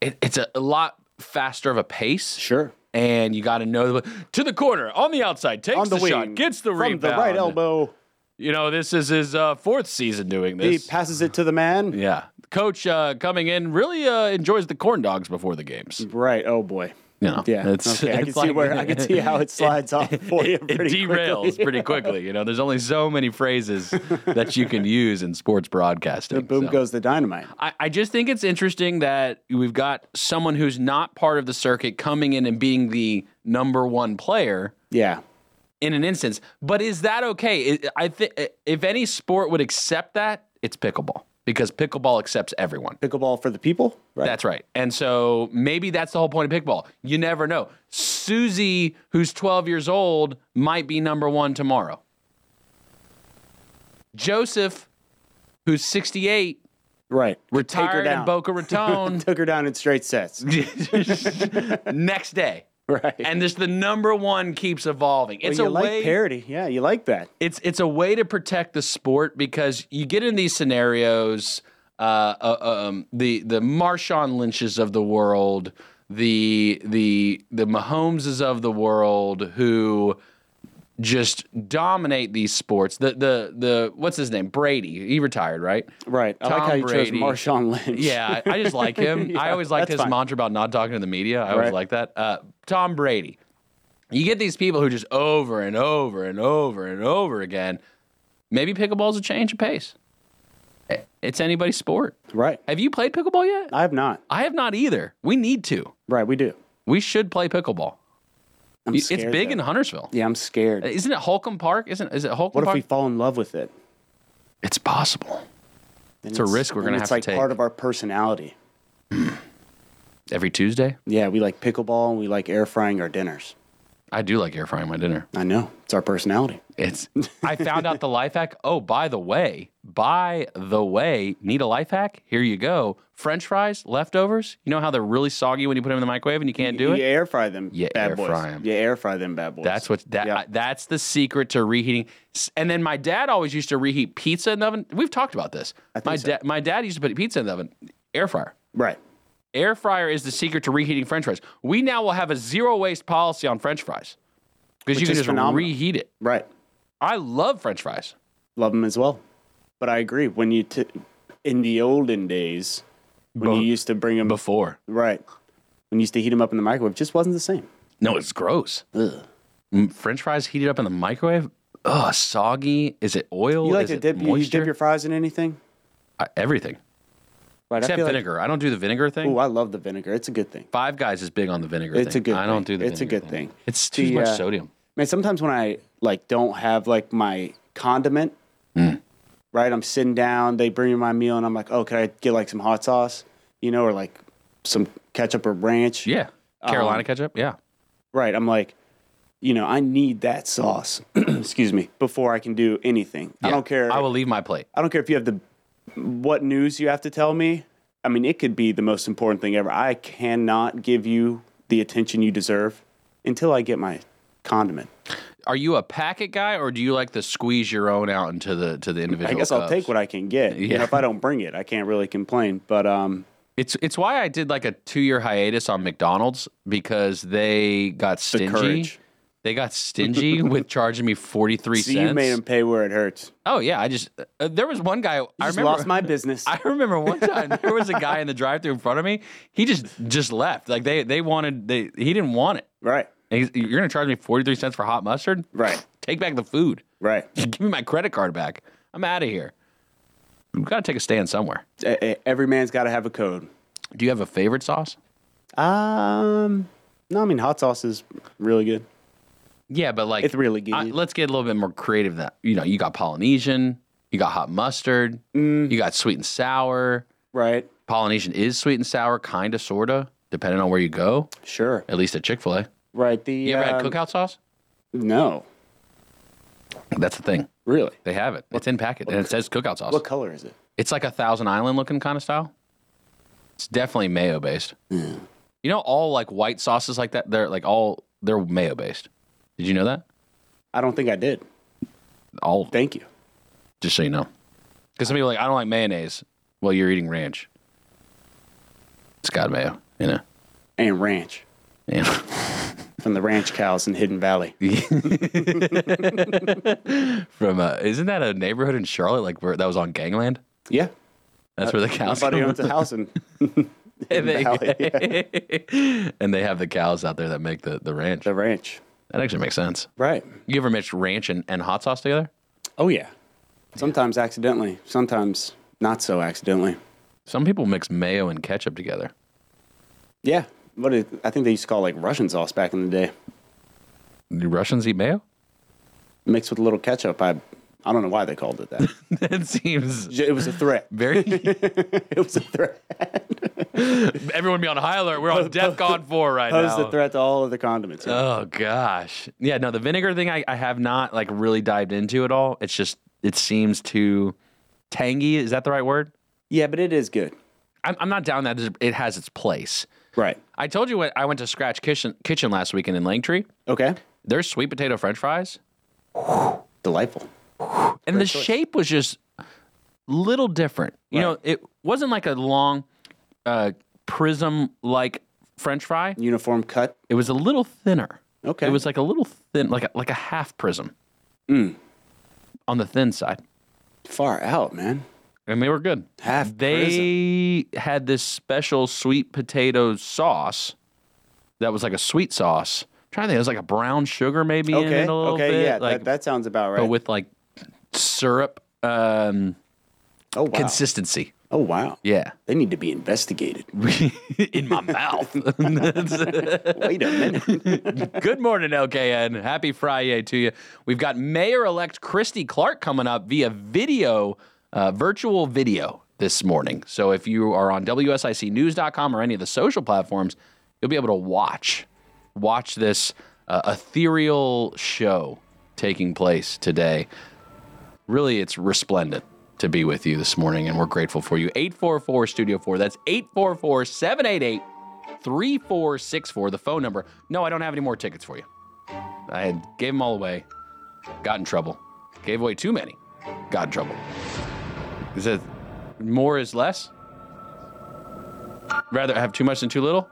C: it, it's a, a lot faster of a pace.
D: Sure.
C: And you got to know the, to the corner on the outside, takes
D: On the,
C: the,
D: wing.
C: shot, gets the
D: from
C: rebound.
D: the right elbow.
C: You know, this is his uh, fourth season doing
D: He
C: this.
D: passes it to the man.
C: yeah. Coach uh, coming in really uh, enjoys the corn dogs before the games.
D: Right. Oh boy.
C: You know,
D: Yeah.
C: it's- *laughs*
D: okay. I can
C: it's
D: see
C: like-
D: where I can see
C: *laughs*
D: how it slides off for you.
C: it
D: pretty
C: derails
D: quickly.
C: pretty quickly. You know, there's only so many
D: *laughs*
C: phrases that you can use in sports broadcasting. *laughs*
D: Boom
C: so.
D: goes the dynamite.
C: I, I just think it's interesting that we've got someone who's not part of the circuit coming in and being the number one player
D: Yeah.
C: in an instance. But is that okay? I- I think if any sport would accept that, it's pickleball because pickleball accepts everyone.
D: Pickleball for the people. Right.
C: That's right. And so maybe that's the whole point of pickleball. You never know. Susie, who's 12 years old, might be number one tomorrow. Joseph, who's 68,
D: right. Take her
C: retired in
D: down. *laughs*
C: Boca Raton
D: Took her down in
C: *laughs*
D: straight sets.
C: next day.
D: right.
C: And this the number one keeps evolving. It's a
D: you like
C: way
D: parody. Yeah, you like that.
C: it's it's a way to protect the sport because you get in these scenarios, uh, uh, um, the the Marshawn Lynches of the world, the the the Mahomeses of the world who just dominate these sports. The the the what's his name Brady? He retired, right?
D: Right. I like
C: Tom
D: how you
C: Brady.
D: chose Marshawn Lynch.
C: Yeah, I, I just like him.
D: *laughs*
C: I always liked his
D: that's fine.
C: mantra about not talking to the media. I always
D: Right.
C: like that. Uh, Tom Brady. You get these people who just over and over and over and over again. Maybe pickleball's a change of pace. I- It's anybody's sport.
D: Right.
C: Have you played pickleball yet?
D: I have not.
C: I have not either. We need to.
D: Right, we do.
C: We should play pickleball.
D: I'm
C: You- it's
D: scared,
C: big
D: though.
C: in Huntersville.
D: Yeah, I'm scared.
C: Isn't it Holcomb Park? Isn't is it Holcomb
D: What if
C: Park?
D: we fall in love with it?
C: it's possible.
D: Then
C: It's a risk we're
D: then
C: gonna have
D: It's
C: to
D: like
C: take.
D: part of our personality.
C: Every Tuesday,
D: Yeah, we like pickleball and we like air frying our dinners.
C: I do like air frying my dinner.
D: I know. It's our personality.
C: It's I found out the life hack. Oh, by the way, by the way, need a life hack? Here you go. French fries, leftovers. You know how they're really soggy when you put them in the microwave and you can't do
D: you
C: it?
D: air fry them
C: You
D: bad
C: air
D: boys.
C: fry 'em.
D: You air fry them bad boys.
C: That's what that
D: Yeah.
C: I- that's the secret to reheating. S- And then my dad always used to reheat pizza in the oven. We've talked about this. My dad my dad used to put pizza in the oven. Air fryer.
D: Right.
C: Air fryer is the secret to reheating French fries. We now will have a zero waste policy on French fries because you
D: Which
C: can
D: is
C: just
D: phenomenal.
C: reheat it.
D: Right.
C: I love French fries.
D: Love them as well. But I agree. When you t- in the olden days, when
C: Bo-
D: you used to bring them
C: Before
D: right, when you used to heat them up in the microwave, it just wasn't the same.
C: No, it's gross.
D: Ugh.
C: Mm, French fries heated up in the microwave. Ugh, soggy. Is it oil?
D: You like
C: Is
D: to
C: it
D: dip you, you
C: moisture?
D: dip your fries in anything?
C: I- everything
D: Right. I
C: except
D: feel like-
C: vinegar. I don't do the vinegar thing.
D: Ooh, I love the vinegar. It's a good thing.
C: Five Guys is big on the vinegar.
D: It's
C: thing.
D: a good
C: I don't
D: thing.
C: do the.
D: It's a
C: vinegar
D: good thing.
C: It's too
D: The,
C: much
D: uh,
C: sodium.
D: Man, sometimes when I like don't have like my condiment,
C: Mm.
D: right? I'm sitting down, they bring me my meal, and I'm like, oh, can I get like some hot sauce, you know, or like some ketchup or ranch?
C: Yeah,
D: um,
C: Carolina ketchup. Yeah,
D: Right. I'm like, you know, I need that sauce. *clears throat* excuse me. Before I can do anything, I
C: Yeah.
D: don't care.
C: I will leave my plate.
D: I don't care if you have the what news you have to tell me. I mean, it could be the most important thing ever. I cannot give you the attention you deserve until I get my condiment.
C: Are you a packet guy or do you like to squeeze your own out into the to the individual?
D: I guess I'll take what I can get. You
C: Yeah.
D: know, if I don't bring it, I can't really complain. But um,
C: It's it's why I did like a two year hiatus on McDonald's because they got stingy.
D: courage.
C: they got stingy with charging me forty three
D: so
C: cents.
D: you made him pay where it hurts.
C: Oh yeah, I just uh, there was one guy I
D: I just
C: remember.
D: lost my business.
C: *laughs* I remember one time there was a guy in the drive-through in front of me. He just just left. Like they they wanted they he didn't want it.
D: right,
C: And he's, you're gonna charge me forty three cents for hot mustard?
D: Right.
C: Take back the food.
D: right.
C: Give me my credit card back. I'm out of here. We've got to take a stand somewhere.
D: E- e- Every man's got to have a code.
C: Do you have a favorite sauce?
D: Um, no, I mean hot sauce is really good.
C: Yeah, but like
D: It's really good.
C: I- let's get a little bit more creative. Than that you know, you got Polynesian, you got hot mustard,
D: Mm.
C: you got sweet and sour.
D: Right.
C: Polynesian is sweet and sour, kinda, sorta, depending on where you go.
D: Sure.
C: At least at Chick Fil A.
D: Right. The
C: You ever had
D: um,
C: cookout sauce?
D: No.
C: That's the thing.
D: Really.
C: They have it. It's in packet and it says cookout sauce.
D: What color is it?
C: It's like a Thousand Island looking kind of style. It's definitely mayo based. You know, all like white sauces like that, they're like all they're mayo based. Did you know that?
D: I don't think I did.
C: All
D: Thank you.
C: just so you know. Because some people are like, I don't like mayonnaise. Well, you're eating ranch. It's got mayo, you know.
D: And ranch
C: Yeah.
D: from the ranch cows in Hidden Valley.
C: *laughs* From uh, isn't that a neighborhood in Charlotte like where that was on Gangland?
D: Yeah.
C: That's where the cows.
D: My buddy
C: come
D: owns a
C: *laughs*
D: house in
C: and, they,
D: *laughs* Valley,
C: *laughs* and they have the cows out there that make the, the ranch.
D: the ranch.
C: That actually makes sense.
D: Right.
C: You ever mix ranch and, and hot sauce together?
D: Oh yeah. Sometimes accidentally. Sometimes not so accidentally.
C: Some people mix mayo and ketchup together.
D: Yeah. What is, I think they used to call it, like Russian sauce back in the day,
C: Do Russians eat mayo? *laughs*
D: mixed with a little ketchup. I I don't know why they called
C: *laughs*
D: it that.
C: that seems
D: J- it was a threat.
C: very.
D: *laughs*
C: *laughs*
D: It was a threat.
C: Everyone be on high alert. We're on DEFCON four right
D: Posed
C: now.
D: a threat to all of the condiments.
C: Oh gosh, yeah. No, the vinegar thing I, I have not like really dived into at all. It's just it seems too tangy. Is that the right word?
D: yeah, but it is good.
C: I'm, I'm not down that it has its place.
D: Right.
C: I told you what I went to Scratch Kitchen Kitchen last weekend in Langtree.
D: Okay.
C: Their sweet potato French fries
D: Delightful.
C: and the shape was just little different. You know, it wasn't like a long uh, prism like French fry.
D: Uniform cut.
C: It was a little thinner.
D: Okay.
C: It was like a little thin, like a, like a half prism.
D: Mm.
C: On the thin side,
D: Far out, man.
C: and they were good.
D: Half
C: They had this special sweet potato sauce that was like a sweet sauce. trying to think, it was like a brown sugar maybe in
D: Okay.
C: it a little
D: Okay.
C: bit,
D: yeah.
C: like
D: that, that sounds about right.
C: but with like syrup um,
D: oh wow.
C: consistency.
D: oh wow.
C: Yeah. *laughs*
D: They need to be investigated.
C: in my *laughs* mouth.
D: Wait
C: *laughs*
D: a minute.
C: Good morning, LKN. Happy Friday to you. We've got Mayor elect Christy Clark coming up via video, uh, virtual video this morning. So if you are on WSICnews.com or any of the social platforms, you'll be able to watch watch this uh, ethereal show taking place today. Really, it's resplendent to be with you this morning, and we're grateful for you. 844 Studio 4. That's 844 788 3464, the phone number. No, I don't have any more tickets for you. I had gave them all away, got in trouble, gave away too many, got in trouble. Is it more is less? Rather have too much than too little?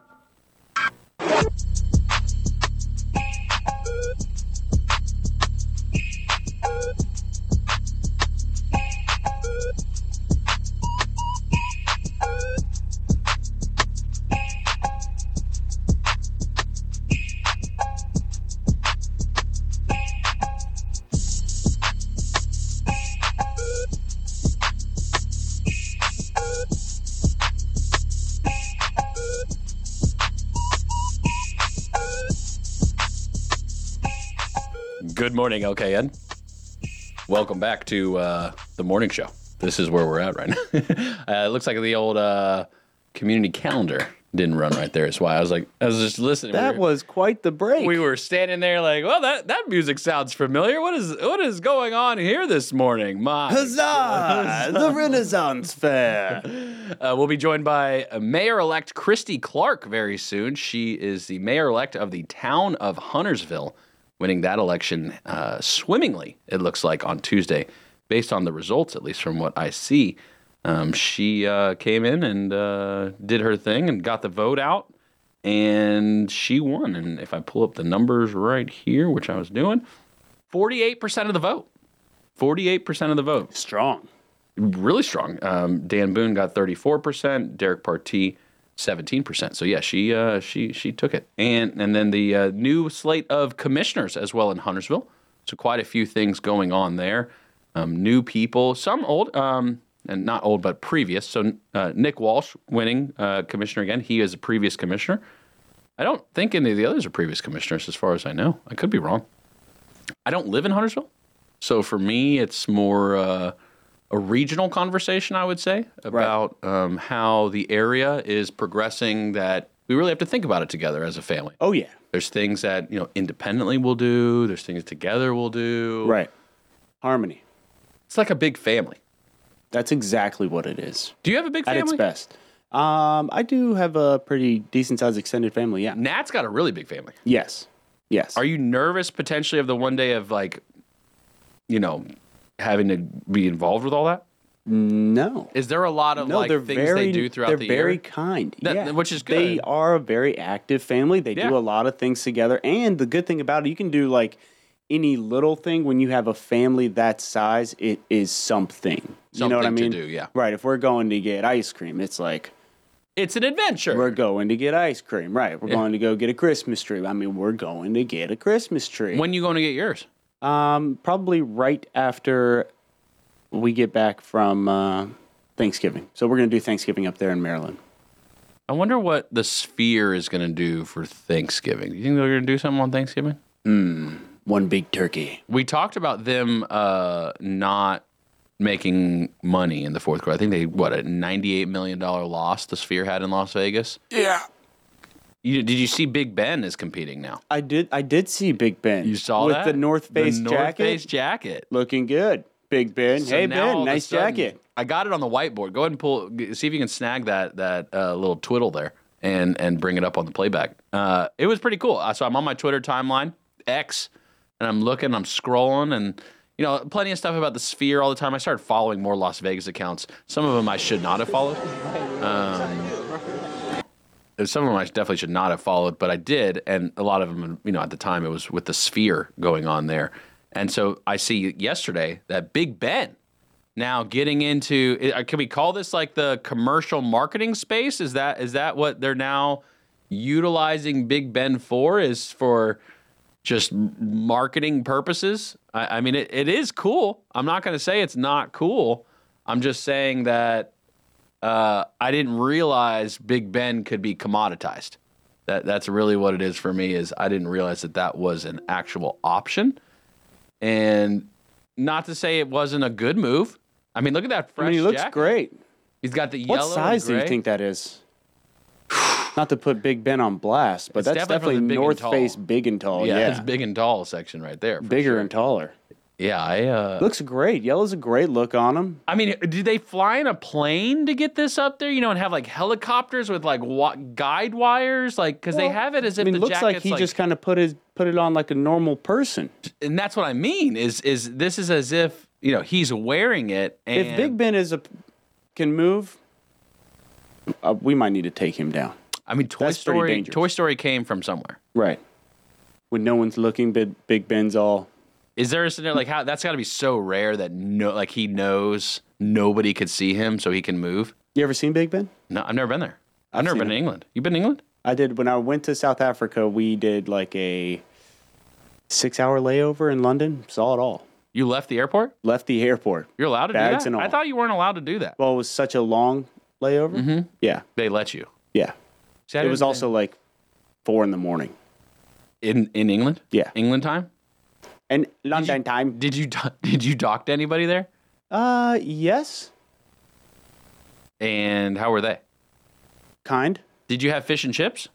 C: Good morning, LKN. Welcome back to uh, the morning show. This is where we're at right now. *laughs* uh, it looks like the old uh, community calendar didn't run right there. That's why I was like, I was just listening.
D: that
C: We were-
D: was quite the break.
C: we were standing there like, well, that, that music sounds familiar. What is what is going on here this morning? My
D: Huzzah! the Renaissance Fair.
C: *laughs* Uh, we'll be joined by Mayor elect Christy Clark very soon. She is the mayor elect of the town of Huntersville, winning that election uh, swimmingly, it looks like, on Tuesday, based on the results, at least from what I see. Um, she uh, came in and uh, did her thing and got the vote out, and she won. And if I pull up the numbers right here, which I was doing, 48% of the vote. 48% of the vote
D: Strong.
C: really strong. Um, Dan Boone got 34%, Derek Partee 17%. So yeah, she uh, she she took it. And and then the uh, new slate of commissioners as well in Huntersville. So quite a few things going on there. Um, new people, some old um, and not old but previous. So uh, Nick Walsh winning uh, commissioner again. He is a previous commissioner. I don't think any of the others are previous commissioners as far as I know. I could be wrong. I don't live in Huntersville. So for me, it's more uh, a regional conversation, I would say, about um, how the area is progressing that we really have to think about it together as a family.
D: Oh yeah,
C: There's things that, you know, independently we'll do, there's things together we'll do.
D: right. Harmony.
C: It's like a big family.
D: That's exactly what it is
C: Do you have a big
D: at
C: family?
D: its best. Um, I do have a pretty decent sized extended family. Yeah.
C: Nat's got a really big family.
D: Yes. Yes.
C: Are you nervous potentially of the one day of like, you know, having to be involved with all that?
D: no.
C: Is there a lot of
D: No,
C: like
D: they're
C: things
D: very
C: they do throughout
D: they're
C: the year?
D: very kind.
C: That-
D: yeah.
C: which is
D: They
C: good.
D: are a very active family. They
C: Yeah.
D: do a lot of things together. And the good thing about it, you can do like any little thing when you have a family that size, it is something. you know what I
C: Something
D: mean?
C: to do, yeah.
D: Right. If we're going to get ice cream, it's like
C: It's an adventure.
D: we're going to get ice cream. Right. We're going to go get a Christmas tree. I mean, we're going to get a Christmas tree.
C: When you going to get yours?
D: Um, probably right after we get back from uh, Thanksgiving. So we're gonna do Thanksgiving up there in Maryland.
C: I wonder what the Sphere is going to do for Thanksgiving. Do you think they're going to do something on Thanksgiving?
D: One big turkey.
C: We talked about them uh, not making money in the fourth quarter. I think they what a ninety-eight million dollar loss the Sphere had in Las Vegas. Yeah. You, did you see Big Ben is competing now?
D: I did. I did see Big Ben.
C: You saw
D: with
C: that
D: the North Face
C: The North
D: jacket,
C: Face jacket.
D: looking good. Big Ben.
C: So
D: hey
C: now all
D: Ben,
C: of a
D: nice
C: sudden-
D: jacket.
C: I got it on the whiteboard. Go ahead and pull. g- See if you can snag that that uh, little twiddle there and and bring it up on the playback. Uh, it was pretty cool. Uh, So I'm on my Twitter timeline X, and I'm looking, I'm scrolling, and you know, plenty of stuff about the sphere all the time. I started following more Las Vegas accounts. Some of them I should not have followed. Um, some of them I definitely should not have followed, but I did, and a lot of them, you know, at the time it was with the sphere going on there. And so I see yesterday that Big Ben now getting into i- can we call this like the commercial marketing space is that is that what they're now utilizing big ben for is for just marketing purposes i, I mean it, it is cool i'm not going to say it's not cool i'm just saying that uh, i didn't realize big ben could be commoditized that, that's really what it is for me is i didn't realize that that was an actual option and not to say it wasn't a good move. I mean, look at that
D: I
C: fresh.
D: mean, he looks
C: jacket.
D: great.
C: He's got the yellow.
D: What
C: and
D: size do you
C: gray.
D: think that is? *sighs* Not to put Big Ben on blast, but
C: It's
D: that's
C: definitely
D: definitely,
C: from the big and
D: North
C: tall.
D: Face big and tall. Yeah,
C: Yeah, it's big and tall section right there. for
D: bigger
C: sure.
D: and taller.
C: Yeah, I. Uh,
D: Looks great. Yellow's a great look on him.
C: I mean, do they fly in a plane to get this up there? You know, and have like helicopters with like wa- guide wires, like because they have it as if
D: I mean,
C: the
D: looks
C: jacket's
D: like he just kind of put his put it on like a normal person.
C: and that's what I mean. Is is this is as if you know he's wearing it? And
D: If Big Ben is a can move, uh, we might need to take him down.
C: I mean, Toy
D: that's pretty
C: Story.
D: dangerous.
C: Toy Story came from somewhere.
D: Right. When no one's looking, Big, Big Ben's all.
C: Is there a scenario like how that's got to be so rare that no, like he knows nobody could see him, so he can move?
D: You ever seen Big Ben?
C: No, I've never been there. I've,
D: I've
C: never
D: seen
C: been to England. You've been to England?
D: I did when I went to South Africa. We did like a six-hour layover in London. Saw it all.
C: You left the airport?
D: Left the airport.
C: You're allowed to
D: Bags
C: do
D: and
C: that? I
D: all.
C: thought you weren't allowed to do that.
D: Well, it was such a long layover. Yeah,
C: They let you.
D: yeah.
C: See, I
D: It was
C: didn't-
D: also like four in the morning.
C: in in England.
D: Yeah.
C: England time.
D: And London time.
C: Did you do- *laughs* did you talk to anybody there?
D: Uh, yes.
C: And how were they?
D: Kind.
C: Did you have fish and chips?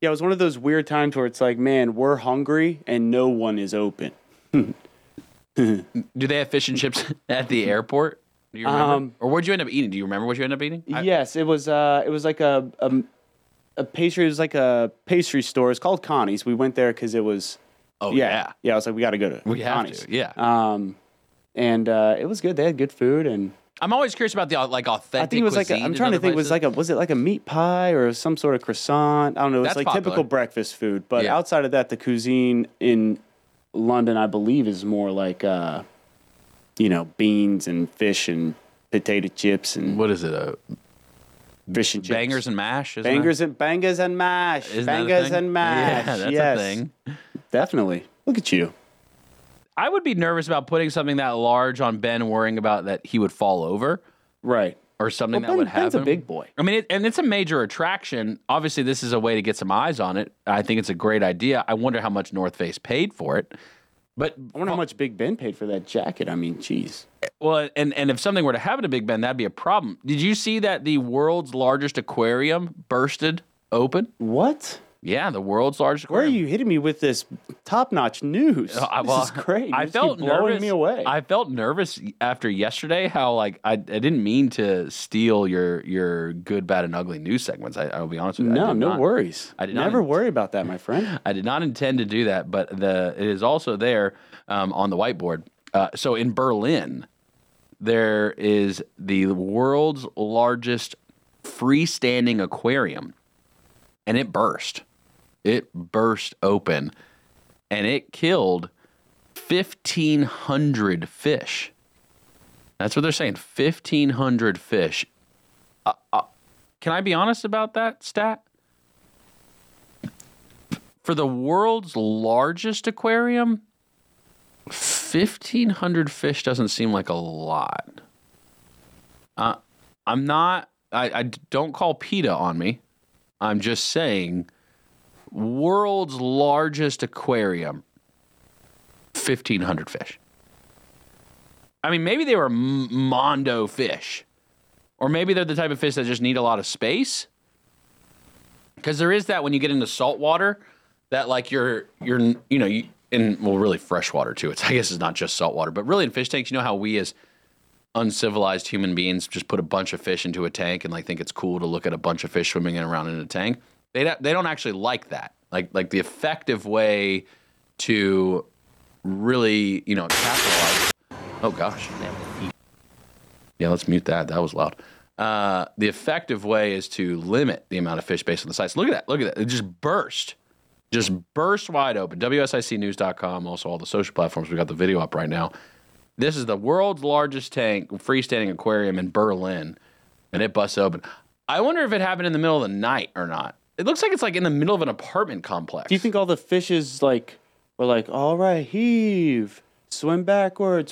D: Yeah, it was one of those weird times where it's like, man, we're hungry and no one is open.
C: Do they have fish and chips *laughs* at the airport? Do you remember?
D: Um,
C: or what'd you end up eating? Do you remember what you ended up eating? I-
D: yes, it was. Uh, it was like a, a a pastry. It was like a pastry store. It's called Connie's. We went there because it was.
C: oh
D: yeah,
C: yeah.
D: yeah, I was like, we got to go to
C: We have
D: Connie's.
C: to. Yeah.
D: Um, and uh, it was good. They had good food, and
C: I'm always curious about the uh, like authentic.
D: I think it was like a,
C: cuisine
D: I'm
C: in
D: trying to
C: other
D: think. It was
C: places.
D: like a was it like a meat pie or some sort of croissant? I don't know. It was
C: That's
D: like typical
C: popular.
D: breakfast food. But
C: Yeah.
D: outside of that, the cuisine in London, I believe, is more like uh, you know beans and fish and potato chips and
C: what is it? A
D: fish and chips.
C: bangers and mash. Isn't
D: Bangers and bangers and mash.
C: That, isn't that a
D: bangers
C: thing?
D: and
C: *laughs*
D: mash.
C: Yeah, that's
D: yes,
C: a thing.
D: definitely. Look at you.
C: I would be nervous about putting something that large on Ben, worrying about that he would fall over
D: Right.
C: or something
D: Well,
C: that would
D: Ben- Ben's a
C: happen.
D: big boy.
C: I mean, it, and it's a major attraction. Obviously, this is a way to get some eyes on it. I think it's a great idea. I wonder how much North Face paid for it. But
D: I wonder how much Big Ben paid for that jacket. I mean, jeez.
C: well, and and if something were to happen to Big Ben, that'd be a problem. Did you see that the world's largest aquarium bursted open?
D: What?
C: Yeah, the world's largest.
D: Where are
C: Aquarium.
D: you hitting me with this top-notch news?
C: Uh, I-
D: this
C: well,
D: is great.
C: *laughs*
D: You
C: I
D: just keep
C: felt
D: blowing
C: nervous.
D: me away.
C: I felt nervous after yesterday. How like I, I didn't mean to steal your your good, bad, and ugly news segments. I, I'll be honest with you. I
D: no,
C: did
D: no
C: not.
D: worries.
C: I did not
D: Never
C: int-
D: worry about that, my friend.
C: I did not intend to do that, but the it is also there um, on the whiteboard. Uh, so in Berlin, there is the world's largest freestanding aquarium, and it burst. It burst open, and it killed fifteen hundred fish. That's what they're saying. Fifteen hundred fish. Uh, uh, can I be honest about that stat? for the world's largest aquarium, 1500 fish doesn't seem like a lot. Uh, I'm not, I, I d- don't call PETA on me. I'm just saying, world's largest aquarium, 1500 fish. I mean, maybe they were m- mondo fish, or maybe they're the type of fish that just need a lot of space because there is that when you get into salt water that like you're you're you know you in well really fresh water too it's *laughs* i guess it's not just salt water but really in fish tanks you know how we as uncivilized human beings just put a bunch of fish into a tank and like think it's cool to look at a bunch of fish swimming around in a tank they don't- they don't actually like that like like the effective way to really you know capitalize oh gosh yeah, let's mute that. That was loud. Uh, the effective way is to limit the amount of fish based on the size. Look at that. Look at that. It just burst. Just burst wide open. WSICnews.com, also all the social platforms. We got the video up right now. This is the world's largest tank, freestanding aquarium in Berlin, and it busts open. I wonder if it happened in the middle of the night or not. It looks like it's like in the middle of an apartment complex.
D: Do you think all the fishes like were like, all right, heave, swim backwards,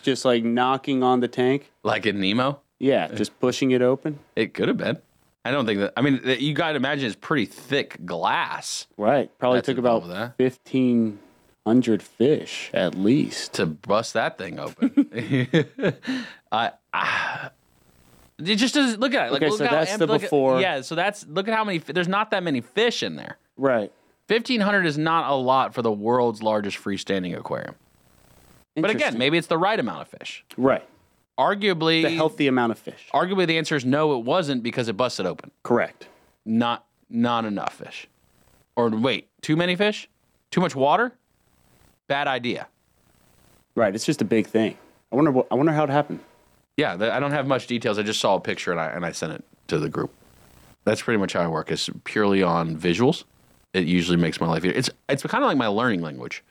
C: *laughs*
D: just like knocking on the tank?
C: like in Nemo?
D: Yeah, just pushing it open.
C: It could have been. I don't think that. I mean, you got to imagine it's pretty thick glass.
D: Right. Probably
C: That's
D: took
C: involved
D: about
C: with that.
D: fifteen hundred fish at least.
C: to bust that thing open.
D: *laughs*
C: *laughs* I, I, it just doesn't look at it. Like,
D: Okay,
C: look
D: so
C: how
D: that's
C: empty-
D: the
C: look at-
D: before.
C: yeah, so that's look at how many. fi- There's not that many fish in there.
D: Right.
C: Fifteen hundred is not a lot for the world's largest freestanding aquarium. But again,
D: Interesting.
C: maybe it's the right amount of fish.
D: right.
C: Arguably,
D: The healthy amount of fish.
C: arguably the answer is no. It wasn't because it busted open.
D: Correct.
C: Not not enough fish. Or wait, too many fish? Too much water? Bad idea.
D: Right. It's just a big thing. I wonder. What, I wonder how it happened.
C: yeah, th- I don't have much details. I just saw a picture and I and I sent it to the group. That's pretty much how I work. It's purely on visuals. It usually makes my life. easier. It's it's kind of like my learning language,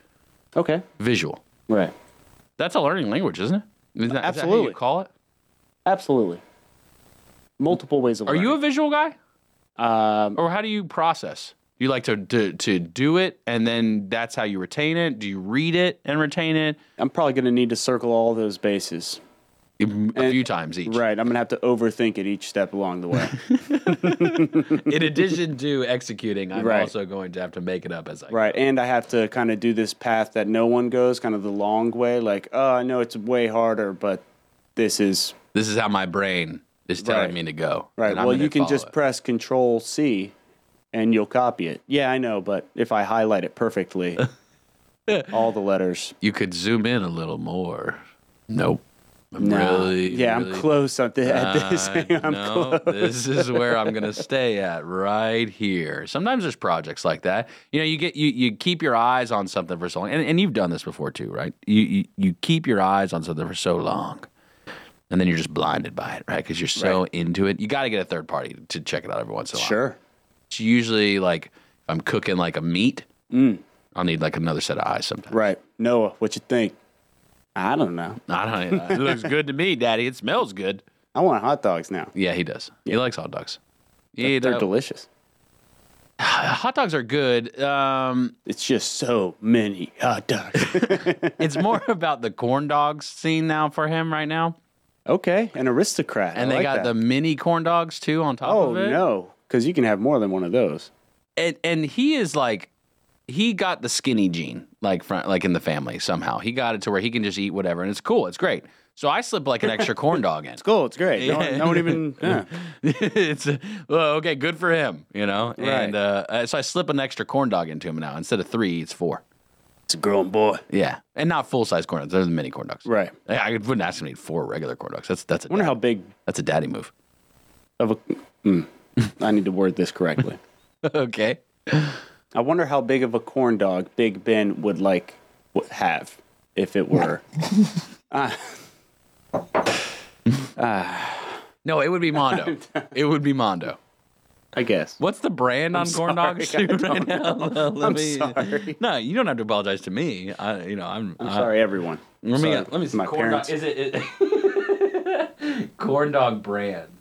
D: Okay.
C: visual.
D: Right.
C: That's a learning language, isn't it? Isn't that- is that how
D: Absolutely.
C: you call it.
D: Absolutely. Multiple ways of.
C: Are you a
D: learning.
C: visual guy,
D: Um,
C: or how do you process? Do you like to, to to do it and then that's how you retain it? Do you read it and retain it
D: I'm probably going to need to circle all those bases.
C: a few times each?
D: Right. I'm going to have to overthink it each step along
C: *laughs*
D: the way.
C: In addition to executing, I'm
D: Right.
C: also going to have to make it up as I.
D: right. And I have to kind of do this path that no one goes, kind of the long way. Like, oh, I know it's way harder, but this is
C: This is how my brain is telling
D: Right.
C: me to go.
D: right.
C: and I'm
D: Well,
C: gonna
D: you can
C: follow
D: just
C: it.
D: press Control C and you'll copy it. Yeah, I know, but if I highlight
C: *laughs*
D: it perfectly, all the letters.
C: you could zoom in a little more. Nope. I'm
D: Nah.
C: really.
D: yeah, *laughs*
C: really-
D: I'm close at, the, at this. *laughs*
C: I-
D: I'm
C: no,
D: close.
C: this is where I'm gonna stay at right here. Sometimes there's projects like that. You know, you get you you keep your eyes on something for so long, and, and you've done this before too, right? You, you you keep your eyes on something for so long, and then you're just blinded by it, right? Because you're so into it. You got to get a third party to check it out every once in a while.
D: Sure.
C: It's usually like if I'm cooking like a meat, I'll need like another set of eyes sometimes.
D: Right. Noah, what you think? I don't know.
C: I don't, it looks good to me, Daddy. It smells good.
D: I want hot dogs now.
C: Yeah, he does. He likes hot dogs. Yeah,
D: They're delicious.
C: hot dogs are good. Um,
D: It's just so many hot dogs. *laughs*
C: it's more *laughs* about the corn dogs scene now for him right now,
D: okay, an aristocrat.
C: and they got the mini corn dogs too on top
D: Oh
C: of it.
D: no, because you can have more than one of those.
C: and and he is like, he got the skinny gene. like front, like in the family somehow. He got it to where he can just eat whatever, and it's cool. It's great. So I slip like an extra corn dog in.
D: Cool, it's great. No, one- no one even. Yeah.
C: *laughs* it's uh, well, okay, good for him, you know. And
D: Right.
C: uh, uh, so I slip an extra corn dog into him now. Instead of three, it's four.
D: It's a grown boy.
C: Yeah, and not full size corn dogs. They're the mini corn dogs.
D: Right.
C: I, I wouldn't ask him to eat four regular corn dogs. That's that's a
D: I wonder
C: dad-
D: how big
C: that's a daddy move. *laughs*
D: of a. Mm, I need to word this correctly.
C: okay.
D: I wonder how big of a corn dog Big Ben would like would have if it were.
C: No, it would be
D: *laughs*
C: Mondo. it would be Mondo.
D: I guess.
C: What's the brand on corn dogs
D: sorry,
C: too *laughs* right now? Let
D: I'm
C: me-
D: sorry.
C: No, you don't have to apologize to me. I, you know, I'm.
D: I'm
C: I-
D: sorry, everyone.
C: Let me
D: Sorry,
C: let me see.
D: my
C: corn
D: parents.
C: dog. Is it, it- *laughs* corn dog brands?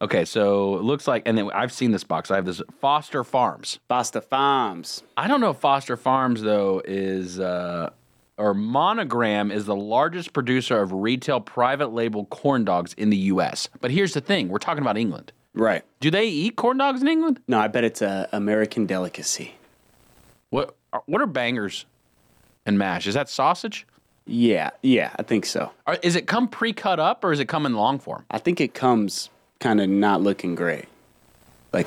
C: Okay, so it looks like, and then I've seen this box. I have this Foster Farms.
D: Basta Farms.
C: I don't know if Foster Farms though is uh, or Monogram is the largest producer of retail private label corn dogs in the U.S. But here's the thing: we're talking about England.
D: Right.
C: Do they eat corn dogs in England?
D: No, I bet it's a American delicacy.
C: What are- What are bangers and mash? Is that sausage?
D: Yeah, yeah, I think so.
C: Are, is it come pre-cut up or is it come in long form?
D: I think it comes kind of not looking great. Like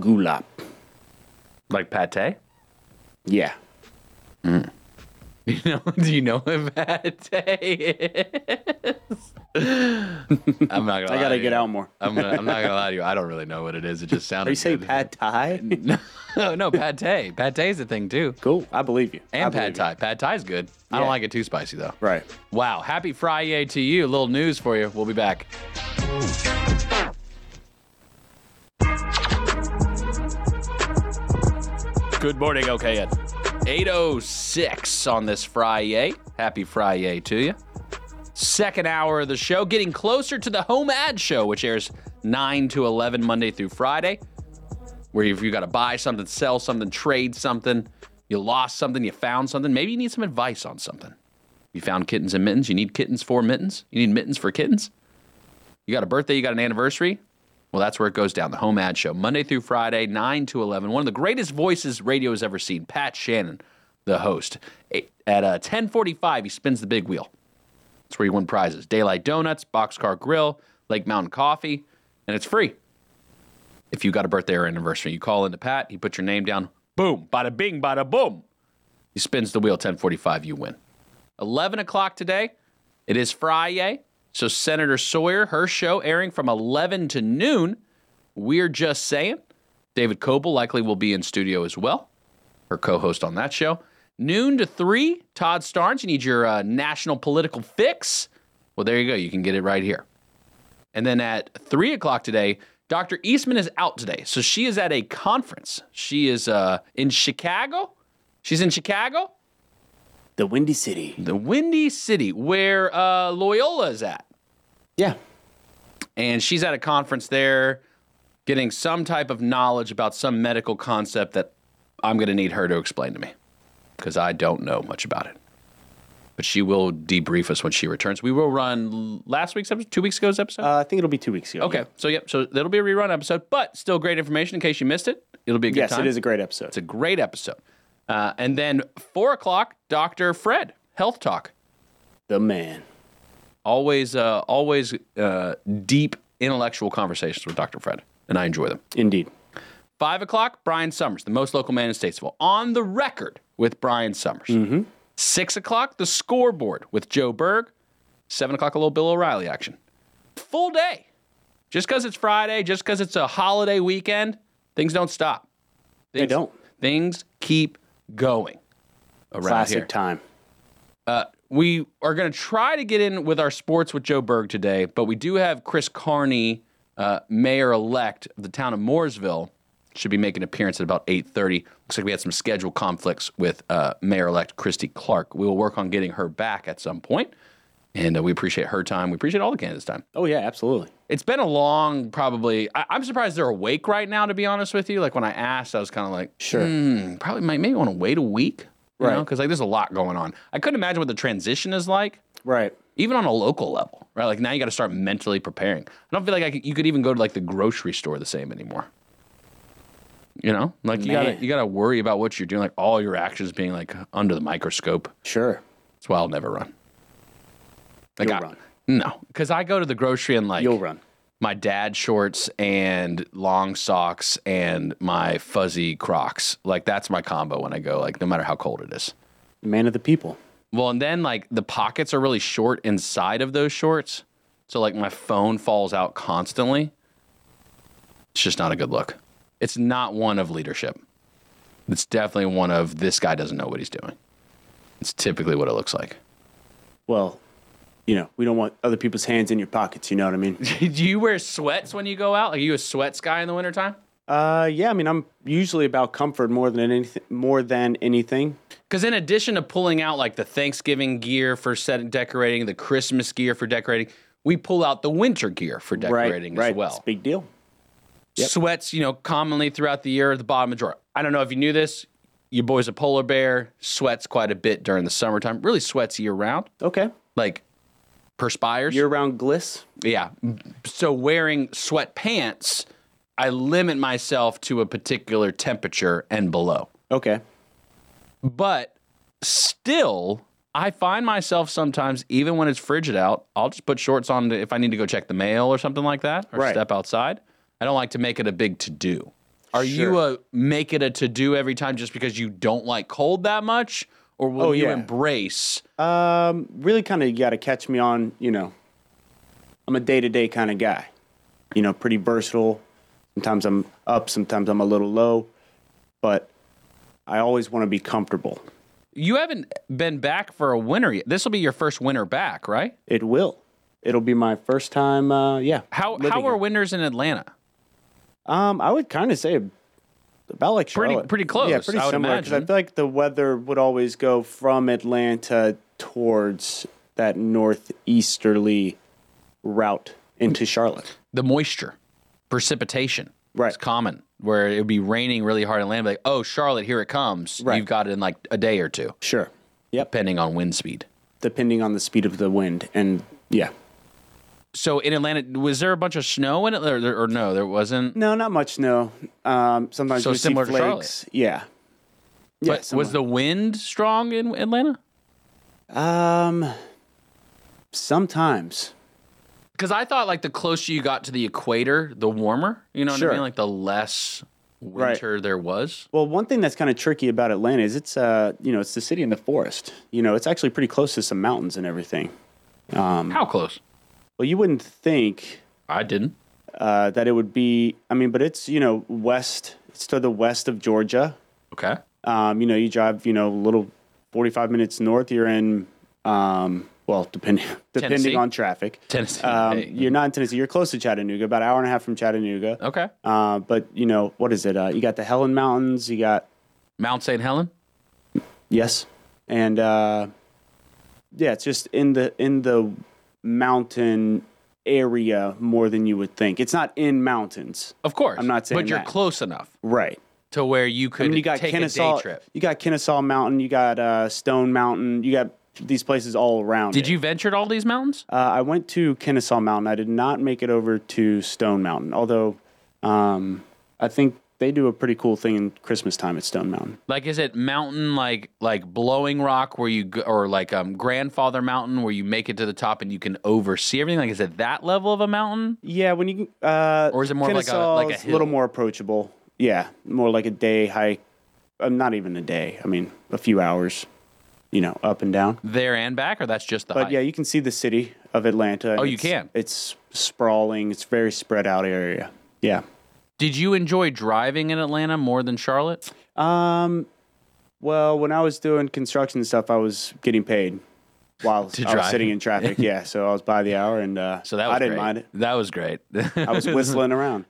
D: gulab.
C: Like pate?
D: Yeah.
C: *laughs* You know? Do you know what *laughs* pate is? I'm not gonna.
D: I
C: lie
D: gotta
C: to
D: get
C: you.
D: out more.
C: I'm, gonna, I'm not gonna lie to you. I don't really know what it is. It just sounded.
D: Are you saying
C: good.
D: pad thai?
C: *laughs* no, no, pad thai. Pad thai is a thing too.
D: cool. *laughs* I believe you. I
C: And
D: believe
C: pad thai. Pad thai is good. I don't
D: Yeah.
C: like it too spicy though.
D: you. Right.
C: Wow. Happy Friday to you. little news for you. We'll be back. Good morning, OKN. 806 on this Friday. Happy Friday to you. Second hour of the show, getting closer to the home ad show, which airs 9 to 11 Monday through Friday where if you got to buy something, sell something, trade something, you lost something, you found something, maybe you need some advice on something. You found kittens and mittens. You need kittens for mittens. You need mittens for kittens. You got a birthday, you got an anniversary. Well, that's where it goes down. The Home Ad Show, Monday through Friday, 9 to 11. One of the greatest voices radio has ever seen, Pat Shannon, the host. At uh, 1045, he spins the big wheel. That's where you win prizes. Daylight Donuts, Boxcar Grill, Lake Mountain Coffee, and it's free if you got a birthday or anniversary, you call into Pat, he puts your name down, boom, bada bing, bada boom. He spins the wheel 1045, you win. 11 o'clock today, it is Friday. So Senator Sawyer, her show airing from 11 to noon. We're just saying. David Coble likely will be in studio as well, her co host on that show. Noon to three, Todd Starnes, you need your uh, national political fix. Well, there you go. You can get it right here. And then at three o'clock today, Dr. Eastman is out today. So she is at a conference. She is uh, in Chicago. She's in Chicago,
D: The Windy City.
C: the Windy City, where uh, Loyola is at.
D: Yeah.
C: And she's at a conference there getting some type of knowledge about some medical concept that I'm going to need her to explain to me because I don't know much about it. But she will debrief us when she returns. We will run last week's episode, two weeks ago's episode.
D: Uh, I think it'll be two weeks ago.
C: Okay. So yep. So that'll be a rerun episode, but still great information in case you missed it. It'll be a good
D: Yes,
C: time.
D: it is a great episode.
C: It's a great episode. Uh, and then four o'clock, Doctor Fred, health talk.
D: the man.
C: Always, uh, always uh, deep intellectual conversations with Doctor Fred, and I enjoy them.
D: Indeed.
C: Five o'clock, Brian Summers, the most local man in Statesville, on the record with Brian Summers.
D: Mm-hmm.
C: Six o'clock, the scoreboard with Joe Berg. Seven o'clock, a little Bill O'Reilly action. Full day. Just because it's Friday, just because it's a holiday weekend, things don't stop. Things,
D: They don't.
C: Things keep going around
D: Classic
C: here.
D: time.
C: We are going to try to get in with our sports with Joe Berg today, but we do have Chris Carney, uh, mayor elect of the town of Mooresville, should be making an appearance at about 8:30. Looks like we had some schedule conflicts with uh, mayor elect Christy Clark. We will work on getting her back at some point, and uh, we appreciate her time. We appreciate all the candidates' time.
D: Oh yeah, absolutely.
C: It's been a long, probably. I- I'm surprised they're awake right now. To be honest with you, like when I asked, I was kind of like,
D: Sure.
C: probably might maybe want to wait a week, you
D: Right.
C: Because like there's a lot going on. I couldn't imagine what the transition is like
D: Right.
C: even on a local level, right? Like now you got to start mentally preparing. I don't feel like I could, you could even go to like the grocery store the same anymore. You know, like you gotta you gotta worry about what you're doing, like all your actions being like under the microscope.
D: Sure.
C: That's why I'll never run. Like
D: You'll
C: I-
D: run.
C: No, because I go to the grocery and like
D: You'll run.
C: my dad shorts and long socks and my fuzzy Crocs. Like that's my combo when I go. Like no matter how cold it is.
D: Man of the people.
C: Well, and then like the pockets are really short inside of those shorts. So like my phone falls out constantly. It's just not a good look. It's not one of leadership. It's definitely one of this guy doesn't know what he's doing. It's typically what it looks like.
D: Well, you know, we don't want other people's hands in your pockets. You know what
C: *laughs*
D: I mean?
C: Do you wear sweats when you go out? Are you a sweats guy in the wintertime?
D: Uh, yeah. I mean, I'm usually about comfort more than anything. More than anything.
C: Because in addition to pulling out like the Thanksgiving gear for set decorating, the Christmas gear for decorating, we pull out the winter gear for decorating
D: right.
C: as
D: Right.
C: well.
D: It's a big deal.
C: sweats, you know, commonly throughout the year at the bottom of the drawer. I don't know if you knew this. Your boy's a polar bear, sweats quite a bit during the summertime, really sweats year round,
D: Okay.
C: like perspires.
D: Year round gliss.
C: yeah. So wearing sweatpants, I limit myself to a particular temperature and below.
D: Okay.
C: But still, I find myself sometimes, even when it's frigid out, I'll just put shorts on to- if I need to go check the mail or something like that or
D: Right.
C: step outside. I don't like to make it a big to do. Are you a make it a to do every time just because you don't like cold that much? Or will
D: Oh,
C: you
D: yeah.
C: embrace?
D: Um, really kind of got to catch me on, you know, I'm a day to day kind of guy, you know, pretty versatile. Sometimes I'm up, sometimes I'm a little low, but I always want to be comfortable.
C: You haven't been back for a winter yet. This will be your first winter back, right?
D: It will. It'll be my first time. Uh, yeah.
C: How
D: living
C: how are
D: here.
C: winters in Atlanta?
D: Um, I would kind of say about like
C: Pretty-
D: Charlotte.
C: pretty close,
D: Yeah, pretty
C: I would
D: similar. Because I
C: imagine.
D: feel like the weather would always go from Atlanta towards that northeasterly route into Charlotte.
C: the moisture, precipitation.
D: Right.
C: It's common where it would be raining really hard in land, like, oh, Charlotte, here it comes.
D: Right.
C: You've got it in like a day or two,
D: Sure. Yep.
C: depending on wind speed.
D: Depending on the speed of the wind. And yeah.
C: So in Atlanta, was there a bunch of snow in it or, or no? There wasn't.
D: No, not much snow. Um, sometimes
C: So
D: we see
C: similar to Charlotte.
D: flakes. yeah.
C: but was the wind strong in Atlanta?
D: Um, sometimes.
C: Because I thought like the closer you got to the equator, the warmer. You know what
D: Sure.
C: I mean? Like the less winter there was.
D: Well, one thing that's kind of tricky about Atlanta is it's uh, you know, it's the city in the forest. You know, it's actually pretty close to some mountains and everything. Um,
C: How close?
D: Well, you wouldn't think
C: I didn't.
D: uh, that it would be. I mean, but it's you know west. It's to the west of Georgia.
C: Okay.
D: Um, you know, you drive you know a little forty-five minutes north. You're in. Um, well, depending *laughs* depending
C: Tennessee?
D: on traffic.
C: Tennessee.
D: Um,
C: Hey.
D: You're not in Tennessee. You're close to Chattanooga, about an hour and a half from Chattanooga.
C: Okay.
D: Uh, but you know what is it? Uh, you got the Helen Mountains. You got
C: Mount St. Helen.
D: yes, and uh, yeah, it's just in the in the mountain area more than you would think. It's not in mountains,
C: Of course.
D: I'm not saying
C: But you're
D: that.
C: close enough
D: right?
C: to where you could
D: I mean, you got
C: take a
D: Kennesaw.
C: day trip.
D: You got Kennesaw Mountain. You got uh, Stone Mountain. You got these places all around.
C: Did
D: it.
C: you venture to all these mountains?
D: Uh, I went to Kennesaw Mountain. I did not make it over to Stone Mountain, although um, I think they do a pretty cool thing in Christmas time at Stone Mountain.
C: Like, is it mountain like like Blowing Rock where you go, or like um, Grandfather Mountain where you make it to the top and you can oversee everything? Like, is it that level of a mountain?
D: Yeah, when you uh,
C: Or is it more like a- like a
D: Kennesaw's
C: hill?
D: little more approachable? Yeah, more like a day hike. Um, not even a day. I mean, a few hours. You know, up and down.
C: There and back, or that's just the
D: But
C: hike?
D: yeah, you can see the city of Atlanta. and
C: Oh, you
D: it's-
C: can?
D: It's sprawling. It's very spread out area. Yeah.
C: Did you enjoy driving in Atlanta more than Charlotte?
D: Um, well, when I was doing construction stuff, I was getting paid
C: *laughs*
D: while I was
C: drive.
D: sitting in traffic. yeah, so I was by the hour, and uh,
C: So that was
D: I didn't
C: great.
D: mind it.
C: That was great. *laughs*
D: I was whistling around.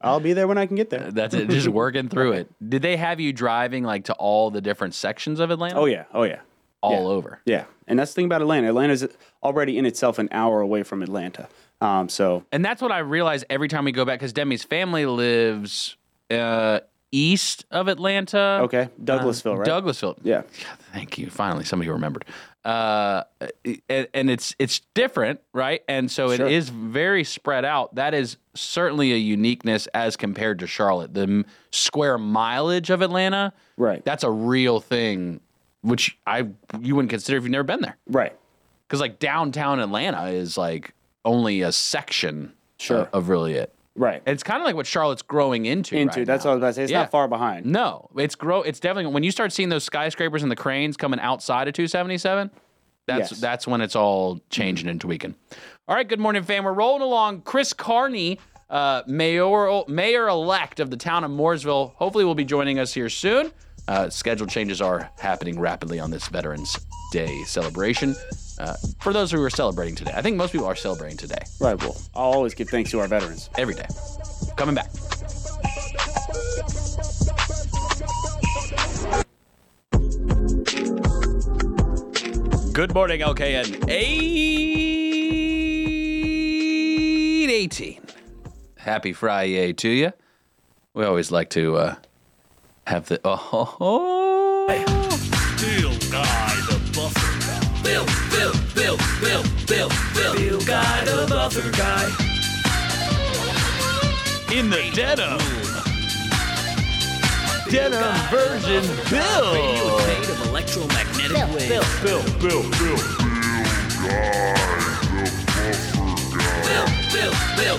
D: I'll be there when I can get there.
C: that's it.
D: *laughs*
C: Just working through it. Did they have you driving like to all the different sections of Atlanta?
D: Oh yeah, oh yeah,
C: all
D: yeah.
C: over.
D: yeah. And that's the thing about Atlanta. Atlanta's already in itself an hour away from Atlanta. Um, so
C: And that's what I realize every time we go back because Demi's family lives uh, east of Atlanta.
D: Okay, Douglasville, right?
C: Douglasville.
D: Yeah.
C: Thank you. Finally, somebody remembered. Uh, and, and it's it's different, right? And so it is
D: Sure.
C: very spread out. That is certainly a uniqueness as compared to Charlotte. The m- square mileage of Atlanta,
D: Right.
C: That's a real thing, which I you wouldn't consider if you've never been there,
D: Right.
C: because like downtown Atlanta is like only a section
D: Sure.
C: of, of really it.
D: Right.
C: And It's kind of like what Charlotte's growing into.
D: Into
C: right
D: that's
C: now.
D: what I was about to say. It's
C: Yeah.
D: not far behind.
C: No, it's grow. It's definitely when you start seeing those skyscrapers and the cranes coming outside of 277. That's
D: Yes.
C: that's when it's all changing and tweaking. All right, good morning, fam. We're rolling along. Chris Carney, uh, mayoral mayor elect of the town of Mooresville, hopefully will be joining us here soon. Uh, schedule changes are happening rapidly on this Veterans Day celebration. Uh, for those who are celebrating today, I think most people are celebrating today,
D: Right. Well, I'll always give thanks to our veterans.
C: every day. Coming back. Good morning, LKN. 818. Happy Friday to you. We always like to uh, have the. Oh, ho, ho. Denim version Bill.
G: of electromagnetic waves. Bill, Bill, Bill, Bill, Bill,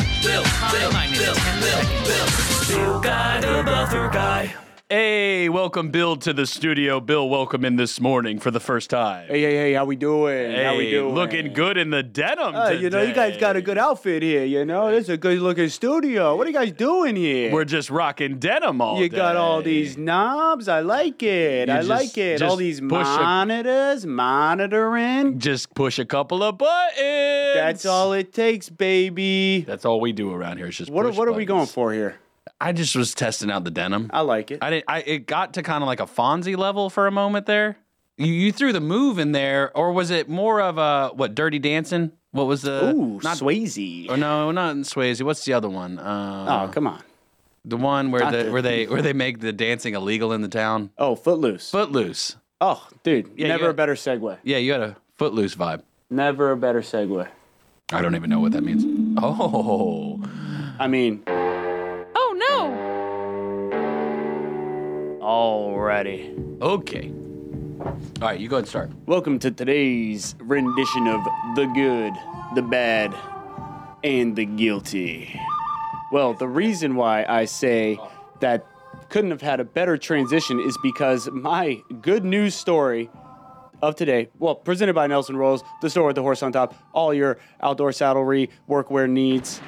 G: Bill, Bill, Bill, guy the buffer guy.
C: Hey, welcome, Bill, to the studio. Bill, welcome in this morning for the first time.
D: Hey, hey, hey, how we doing? how we
C: Hey,
D: doing?
C: Looking good in the denim.
D: Uh, you know, you guys
C: today.
D: got a good outfit here. You know, this is a good looking studio. What are you guys doing here?
C: We're just rocking denim all
D: you got all
C: day.
D: these knobs. I like it.
C: You
D: I
C: just-
D: like it. All
C: just
D: these
C: push a-
D: monitors, monitoring.
C: Just push a couple of buttons.
D: That's all it takes, baby.
C: That's all we do around here. Is just
D: What,
C: push
D: what are we going
C: buttons.
D: for here?
C: I just was testing out the denim.
D: I like it.
C: I didn't. I it got to kind of like a Fonzie level for a moment there. You, you threw the move in there, or was it more of a what? Dirty Dancing? What was the?
D: Ooh,
C: uh, not
D: Swayze.
C: Oh, no, not in Swayze. What's the other one? Uh,
D: oh, come on.
C: the one where
D: not
C: the,
D: the-
C: where they where they make the dancing illegal in the town.
D: Oh, Footloose.
C: Footloose.
D: oh, dude,
C: Yeah,
D: never
C: you-
D: a better segue.
C: Yeah, you had a Footloose vibe.
D: Never a better segue.
C: I don't even know what that means. Oh,
D: I mean,
E: Oh
D: already.
C: okay. All right, you go ahead and start.
D: Welcome to today's rendition of the good, the bad, and the guilty. Well, the reason why I say that couldn't have had a better transition is because my good news story of today, well, presented by Nelson Rolls, the store with the horse on top, all your outdoor saddlery, workwear needs.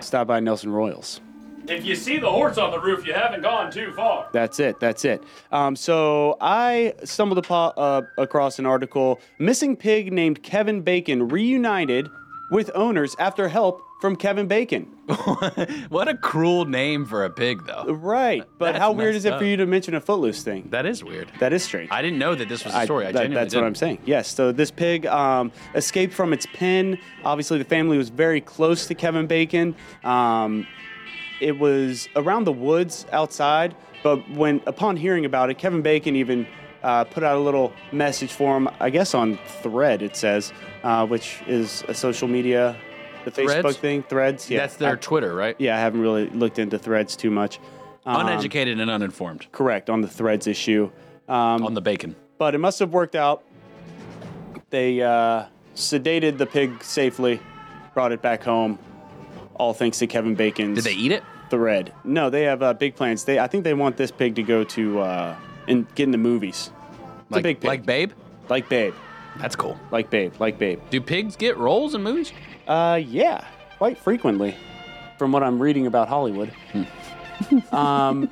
D: Stop by Nelson Royals.
H: If you see the horse on the roof, you haven't gone too far.
D: That's it. That's it. Um, so I stumbled upon, uh, across an article: missing pig named Kevin Bacon reunited with owners after help from Kevin Bacon.
C: What a cruel name for a pig, though.
D: Right, but
C: That's
D: how weird
C: messed
D: is it
C: up.
D: for you to mention a Footloose thing?
C: That is weird.
D: That is strange.
C: I didn't know that this was a
D: I-
C: story. I,
D: that-
C: genuinely
D: that's what I'm
C: didn't.
D: saying. Yes. So this pig um, escaped from its pen. Obviously, the family was very close to Kevin Bacon. Um, it was around the woods outside, but when upon hearing about it, Kevin Bacon even uh, put out a little message for him. I guess on Thread it says, uh, which is a social media, the
C: Threads?
D: Facebook thing, Threads. Yeah,
C: That's their
D: I-
C: Twitter, right?
D: yeah, I haven't really looked into Threads too much. Um,
C: Uneducated and uninformed
D: Correct on the Threads issue. Um,
C: on the bacon.
D: but it must have worked out. They uh, sedated the pig safely, brought it back home. All thanks to Kevin Bacon's
C: Did they eat it?
D: thread. No, they have uh, big plans. They, I think they want this pig to go to uh, and get in the movies. It's
C: like,
D: a big pig.
C: like Babe?
D: like Babe,
C: That's cool.
D: like Babe, like Babe.
C: Do pigs get roles in movies?
D: Uh, yeah, quite frequently, from what I'm reading about Hollywood.
C: *laughs*
D: um,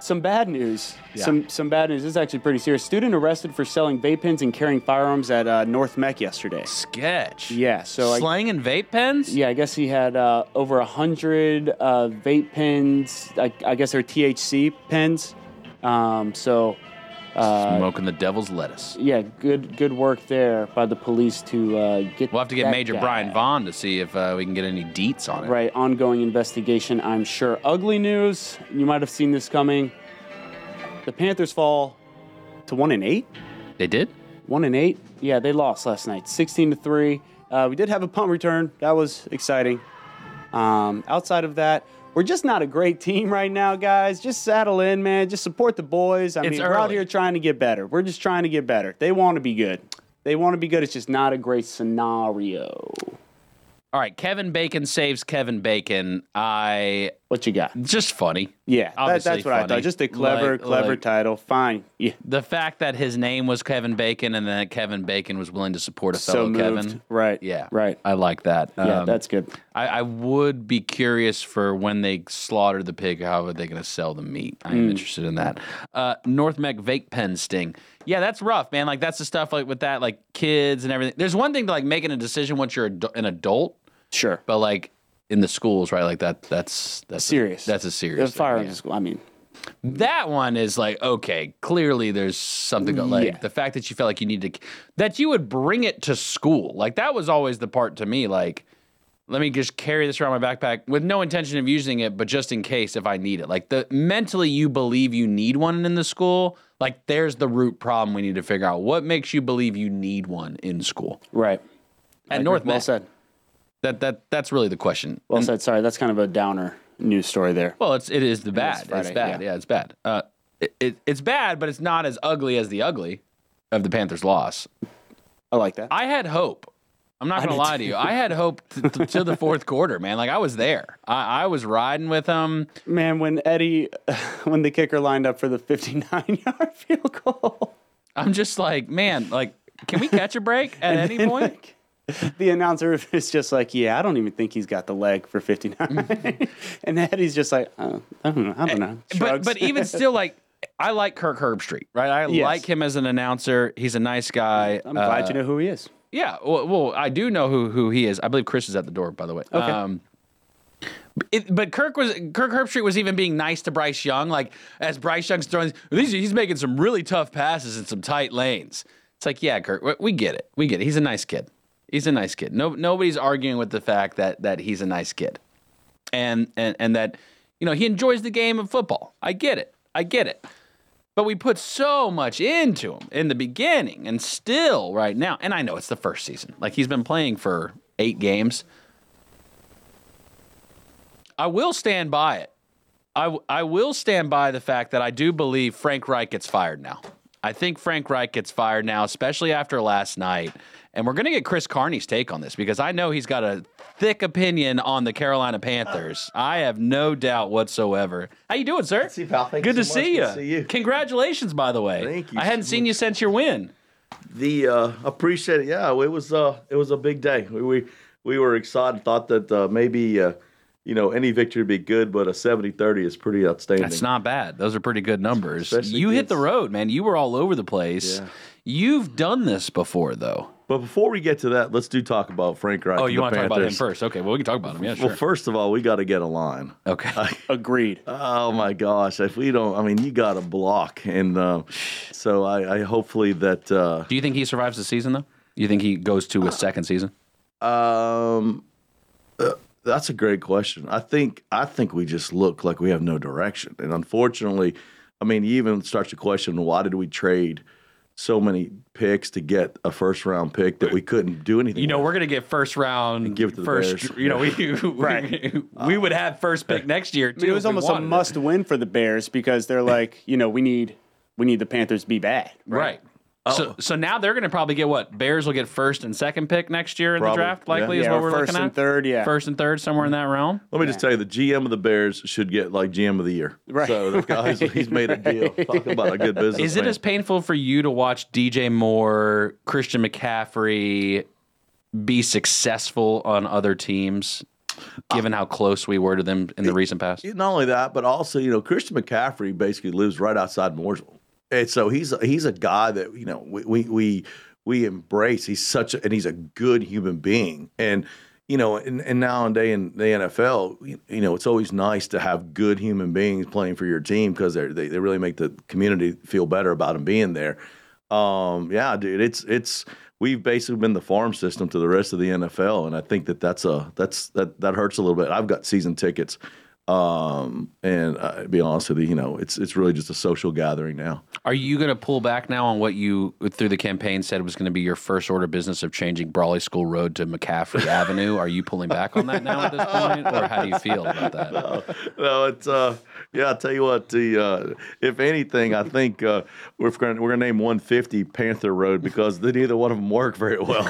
D: some bad news.
C: Hmm. Yeah.
D: Some some bad news. This is actually pretty serious. Student arrested for selling vape pens and carrying firearms at uh, North Mech yesterday.
C: Sketch.
D: Yeah. So I,
C: Slang and vape pens?
D: yeah, I guess he had uh, over a hundred uh, vape pens. I, I guess they're THC pens. Um, so
C: Smoking the devil's lettuce.
I: Yeah, good good work there by the police to uh, get.
C: We'll have to get
I: that
C: Major
I: guy.
C: Brian Vaughn to see if uh, we can get any deets on it.
I: Right, ongoing investigation, I'm sure. Ugly news. You might have seen this coming. The Panthers fall
D: to one and eight.
C: They did?
I: one and eight. Yeah, they lost last night, 16 to three.
D: Uh, we did have a punt return. That was exciting. Um, outside of that, we're just not a great team right now, guys. Just saddle in, man. Just support the boys. I
C: It's
D: mean, we're out
C: early.
D: here trying to get better. We're just trying to get better. They want to be good. They want to be good. It's just not a great scenario.
C: All right, Kevin Bacon saves Kevin Bacon. I
D: What you got?
C: just funny.
D: Yeah, that,
C: Obviously
D: that's what I
C: funny.
D: thought. Just a clever,
C: Like-
D: clever
C: like-
D: title. Fine. Yeah,
C: The fact that his name was Kevin Bacon and that Kevin Bacon was willing to support a
D: so
C: fellow
D: moved.
C: Kevin.
D: Right.
C: Yeah.
D: Right.
C: I like that.
D: yeah,
C: Um,
D: that's good.
C: I, I would be curious for when they slaughter the pig, how are they going to sell the meat? I'm interested in that. Uh, North Mech vape pen sting. Yeah, that's rough, man. Like that's the stuff like with that, like kids and everything. There's one thing to like making a decision once you're adu- an adult,
D: Sure.
C: but like in the schools, right? Like that. That's that's a-
I: Serious.
C: that's a serious.
I: The
C: thing,
I: firearms
C: yeah.
I: school. I mean,
C: That one is like okay. Clearly, there's something go- like the fact that you felt like you need to that you would bring it to school. Like that was always the part to me. Like let me just carry this around my backpack with no intention of using it, but just in case if I need it. Like the mentally you believe you need one in the school. Like there's the root problem we need to figure out. What makes you believe you need one in school
I: right.
C: at North
I: Well
C: Met,
I: said.
C: That that that's really the question.
I: Well said. Sorry, that's kind of a downer news story there.
C: Well, it's it is the bad. It's,
I: Friday,
C: bad. Yeah.
I: yeah.
C: it's bad. Uh, it, it, it's bad, but it's not as ugly as the ugly of the Panthers' loss.
D: I like that.
C: I had hope. I'm not gonna lie to you. I had hope t- t- to the fourth quarter, man. Like I was there. I, I was riding with them.
D: Man, when Eddie, *laughs* when the kicker lined up for the 59 yard *laughs* field goal,
C: I'm just like, man, like, can we catch a
D: *laughs*
C: break at any point?
D: the announcer is just like, Yeah, I don't even think he's got the leg for 59. *laughs* and Eddie's just like, uh, I don't know. I don't know.
C: Mm-hmm. Eh, but
D: Shrugs.
C: but even still, like, I like Kirk Herbstreit, right? I
D: Yes.
C: like him as an announcer. He's a nice guy.
D: I'm glad you know who he is.
C: Yeah, well, well, I do know who who he is. I believe Chris is at the door, by the way. Okay. Um, it, but Kirk was Kirk Herbstreit was even being nice to Bryce Young, like as Bryce Young's throwing these, he's making some really tough passes in some tight lanes. It's like, yeah, Kirk, we, we get it, we get it. He's a nice kid. He's a nice kid. No, nobody's arguing with the fact that that he's a nice kid, and and and that you know he enjoys the game of football. I get it. I get it. But we put so much into him in the beginning and still right now. And I know it's the first season. Like he's been playing for eight games. I will stand by it. I, w- I will stand by the fact that I do believe Frank Reich gets fired now. I think Frank Reich gets fired now, especially after last night. And we're going to get Chris Carney's take on this because I know he's got a thick opinion on the Carolina Panthers. I have no doubt whatsoever. How you doing, sir?
J: you, pal. Thank
C: Good
J: you
C: to
J: so
C: see you.
J: much. Good to see you.
C: Congratulations, by the way.
J: Thank you
C: I
J: so
C: hadn't seen you since your win.
J: The uh, appreciate it. Yeah, it was uh, it was a big day. We we, we were excited. Thought that uh, maybe uh, you know any victory would be good, but a 70-30 is pretty outstanding.
C: That's not bad. Those are pretty good numbers.
J: Especially
C: you hit the
J: against-
C: road, man. You were all over the place.
J: Yeah.
C: You've done this before, though.
J: But before we get to that, let's do talk about Frank Reich.
C: Oh,
J: and
C: you
J: the
C: want to talk about him
J: Panthers.
C: first? Okay, well, we can talk about him. Yeah, sure.
J: Well, first of all, we got to get a line. Uh,
C: okay.
D: Agreed.
J: Oh my gosh! If we don't, I mean, you got to block, and uh, so I, I hopefully that uh,
C: Do you think he survives the season, though? You think he goes to a second season?
J: Um, uh, that's a great question. I think I think we just look like we have no direction, and unfortunately, I mean, you even start to question why did we trade so many picks to get a first round pick that we couldn't do anything.
C: You know,
J: with?
C: we're gonna get first round.
J: give it to the
C: first,
J: Bears.
C: you know, we, *laughs* we, we would have first pick next year too.
D: It
C: if
D: was
C: we
D: almost a
C: wanted it.
D: must win for the Bears because they're like, you know, we need we need the Panthers to be bad.
C: right? So, so now they're gonna probably get what Bears will get first and second pick next year in
J: Probably,
C: the draft.
J: yeah.
C: Likely is
D: Yeah,
C: what
D: or
C: we're
D: first
C: looking
D: and
C: at.
D: third, yeah.
C: First and third, somewhere in that realm.
J: Let me just tell you, the GM of the Bears should get like GM of the year.
D: Right.
J: So the guy's, he's made a deal. Talk about a good business.
C: Is it as painful for you to watch DJ Moore, Christian McCaffrey be successful on other teams, given how close we were to them in the recent past?
J: not only that, but also you know Christian McCaffrey basically lives right outside Mooresville, and so he's he's a guy that you know we we we, we embrace. He's such a, and he's a good human being, and you know, and, and now and day in the NFL, you, you know, it's always nice to have good human beings playing for your team because they they really make the community feel better about them being there. Um, yeah, dude, it's it's we've basically been the farm system to the rest of the NFL, and I think that that's a that's that that hurts a little bit. I've got season tickets, um, and uh, to be honest with you, you know, it's it's really just a social gathering now.
C: Are you going to pull back now on what you through the campaign said was going to be your first order of business of changing Brawley School Road to *laughs* McCaffrey Avenue? Are you pulling back on that now at this point, or how do you feel about that?
J: no, it's uh, yeah. I'll tell you what. The uh, if anything, I think uh, we're gonna, we're gonna name 150 Panther Road because they, neither one of them work
C: *laughs*
J: very well.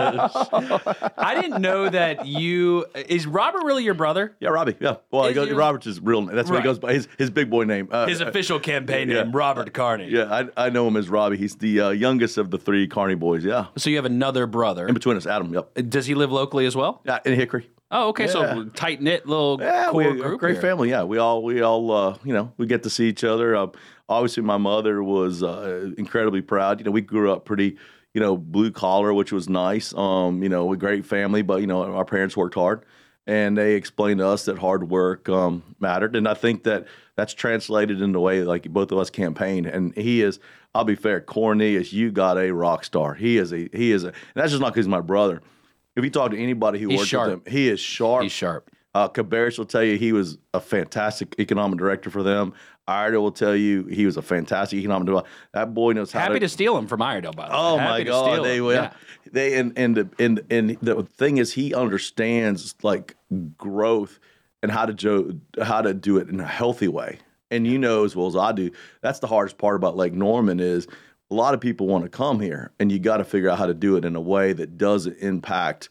C: I didn't know that you is Robert really your brother?
J: yeah, Robbie. Yeah. Well, he
C: Is
J: goes,
C: your-
J: Robert's his real name. That's what
C: Right.
J: he goes by. His his big boy name. Uh,
C: His
J: uh,
C: official campaign
J: Yeah.
C: name, Robert Carney.
J: yeah, I, I know him as Robbie. He's the uh, youngest of the three Carney boys. Yeah.
C: So you have another brother.
J: In between us, Adam. Yep.
C: Does he live locally as well?
J: Yeah, in Hickory.
C: Oh, okay. So
J: Yeah.
C: tight knit little
J: Yeah,
C: core
J: we,
C: group.
J: great
C: here.
J: family. Yeah, we all we all uh, you know we get to see each other. Uh, obviously, my mother was uh, incredibly proud. You know, we grew up pretty you know blue collar, which was nice. Um, you know, a great family, but you know our parents worked hard, and they explained to us that hard work um, mattered. And I think that that's translated in the way like both of us campaign. And he is, I'll be fair, corny as you got a rock star. He is a he is a. And that's just not because he's my brother. If you talk to anybody who
C: He's
J: works
C: sharp.
J: with him, he is sharp.
C: He's sharp.
J: Uh, Cabarrus will tell you he was a fantastic economic director for them. Ida will tell you he was a fantastic economic director. That boy knows how
C: Happy
J: to.
C: to steal him from Iredell, by the way.
J: oh
C: Happy
J: my
C: to
J: god,
C: steal
J: they
C: him.
J: will.
C: Yeah.
J: They and and the and and the thing is, he understands like growth and how to do how to do it in a healthy way. And you know as well as I do, that's the hardest part about Lake Norman is a lot of people want to come here, and you got to figure out how to do it in a way that doesn't impact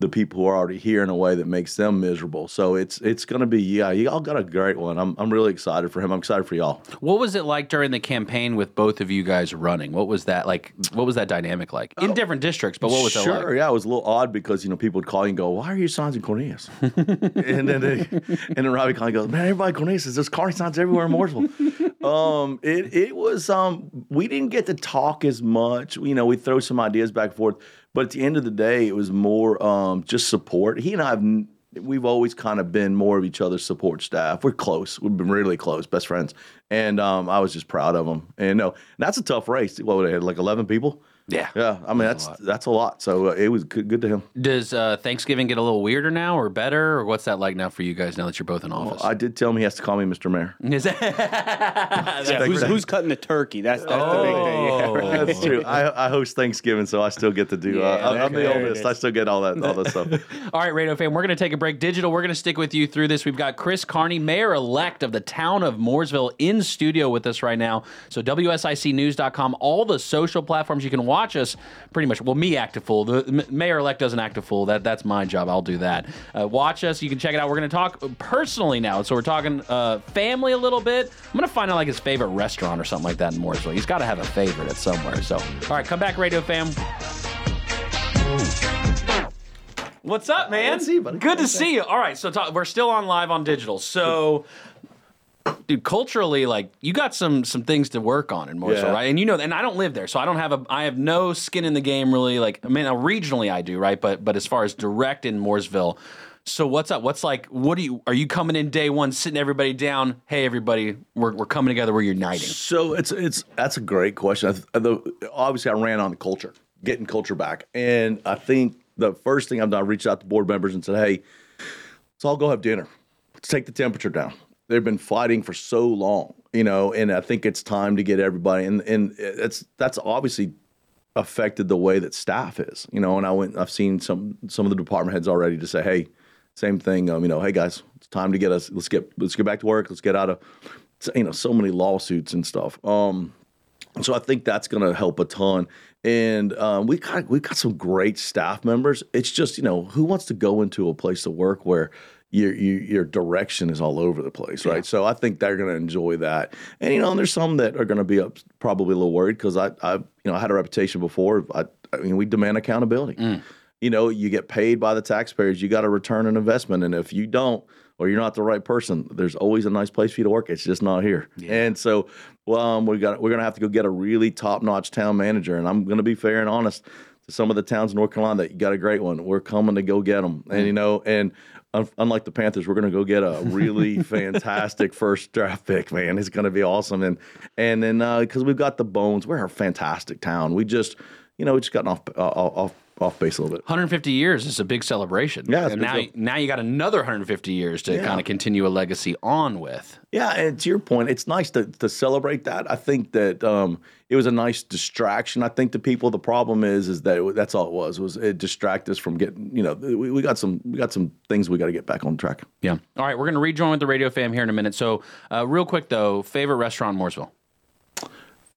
J: the people who are already here in a way that makes them miserable. So it's it's going to be yeah, y'all got a great one. I'm I'm really excited for him. I'm excited for y'all.
C: What was it like during the campaign with both of you guys running? What was that like? What was that dynamic like in different districts? But what was
J: Oh, sure,
C: that like?
J: yeah, it was a little odd because you know people would call you and go, "Why are you signs in Cornelius?" and then they, and then Robbie kind of goes, "Man, everybody in Cornelius is there's Carney signs everywhere in *laughs* Mooresville." um, it it was um we didn't get to talk as much. You know, we throw some ideas back and forth, but at the end of the day, it was more um just support. He and I have. n- We've always kind of been more of each other's support staff. We're close. We've been really close, best friends. And um, I was just proud of him. And no, that's a tough race. What would I had like eleven people?
C: Yeah.
J: Yeah, I mean that's that's a lot. So uh, it was good, good to him.
C: Does uh, Thanksgiving get a little weirder now, or better, or what's that like now for you guys now that you're both in office?
J: I did tell him he has to call me Mr. Mayor.
C: *laughs* Is *laughs* that-
I: Who's, who's cutting the turkey? That's, that's the big thing.
C: Oh.
J: That's true. I, I host Thanksgiving, so I still get to do. uh, I'm, I'm the oldest. I still get all that all that stuff.
C: All right, Radio Fam, we're going to take a break. Digital, we're going to stick with you through this. We've got Chris Carney, Mayor Elect of the town of Mooresville, in studio with us right now. So, WSICnews.com, all the social platforms you can watch us pretty much. Well, me act a fool. The M- Mayor Elect doesn't act a fool. That, that's my job. I'll do that. Uh, watch us. You can check it out. We're going to talk personally now. So, we're talking uh, family a little bit. I'm going to find out like his favorite restaurant or something like that in Mooresville. He's got to have a favorite at somewhere. So, all right, come back, Radio Fam. What's up, man?
J: to see you, buddy.
C: Good to see you. All right, so talk, we're still on live on digital. So, dude, culturally, like you got some some things to work on in Mooresville,
J: Yeah.
C: right? And you know, and I don't live there, so I don't have a I have no skin in the game really. Like, I mean, now, regionally I do, right? But but as far as direct in Mooresville, so what's up? What's like? What do you are you coming in day one, sitting everybody down? Hey, everybody, we're we're coming together. We're uniting.
J: *laughs* So it's it's that's a great question. I th- the, obviously, I ran on the culture, getting culture back, and I think the first thing I've done, I reached out to board members and said, "Hey, let's all go have dinner. Let's take the temperature down. They've been fighting for so long, you know, and I think it's time to get everybody. And and it's that's obviously affected the way that staff is, you know. And I went, I've seen some some of the department heads already to say, hey, same thing, um, you know, hey guys, it's time to get us. Let's get let's get back to work. Let's get out of, you know, so many lawsuits and stuff. Um, so I think that's going to help a ton. And um, we got we got some great staff members. It's just you know who wants to go into a place to work where your your, your direction is all over the place, right? So I think they're going to enjoy that. And you know, and there's some that are going to be up, probably a little worried because I I you know I had a reputation before. I, I mean, we demand accountability. You know, you get paid by the taxpayers. You got to return an investment, and if you don't, or you're not the right person, there's always a nice place for you to work. It's just not here. And so, well, um, we got we're gonna have to go get a really top notch town manager. And I'm gonna be fair and honest. to some of the towns in North Carolina that got a great one. We're coming to go get them, and you know, and un- unlike the Panthers, we're going to go get a really fantastic first draft pick. Man, it's going to be awesome, and and then because we've got the bones, we're a fantastic town. We just, you know, we just gotten off uh, off off base a little bit.
C: 150 years is a big celebration.
J: Yeah, it's a
C: and
J: big
C: now
J: deal.
C: now you got another 150 years to
J: Yeah.
C: kind of continue a legacy on with.
J: Yeah, and to your point, it's nice to, to celebrate that. I think that um, it was a nice distraction. I think to people, the problem is is that it, that's all it was was it distract us from getting. You know, we, we got some we got some things we got to get back on track.
C: Yeah. All right, we're going to rejoin with the radio fam here in a minute. So, uh, real quick though, favorite restaurant in Mooresville?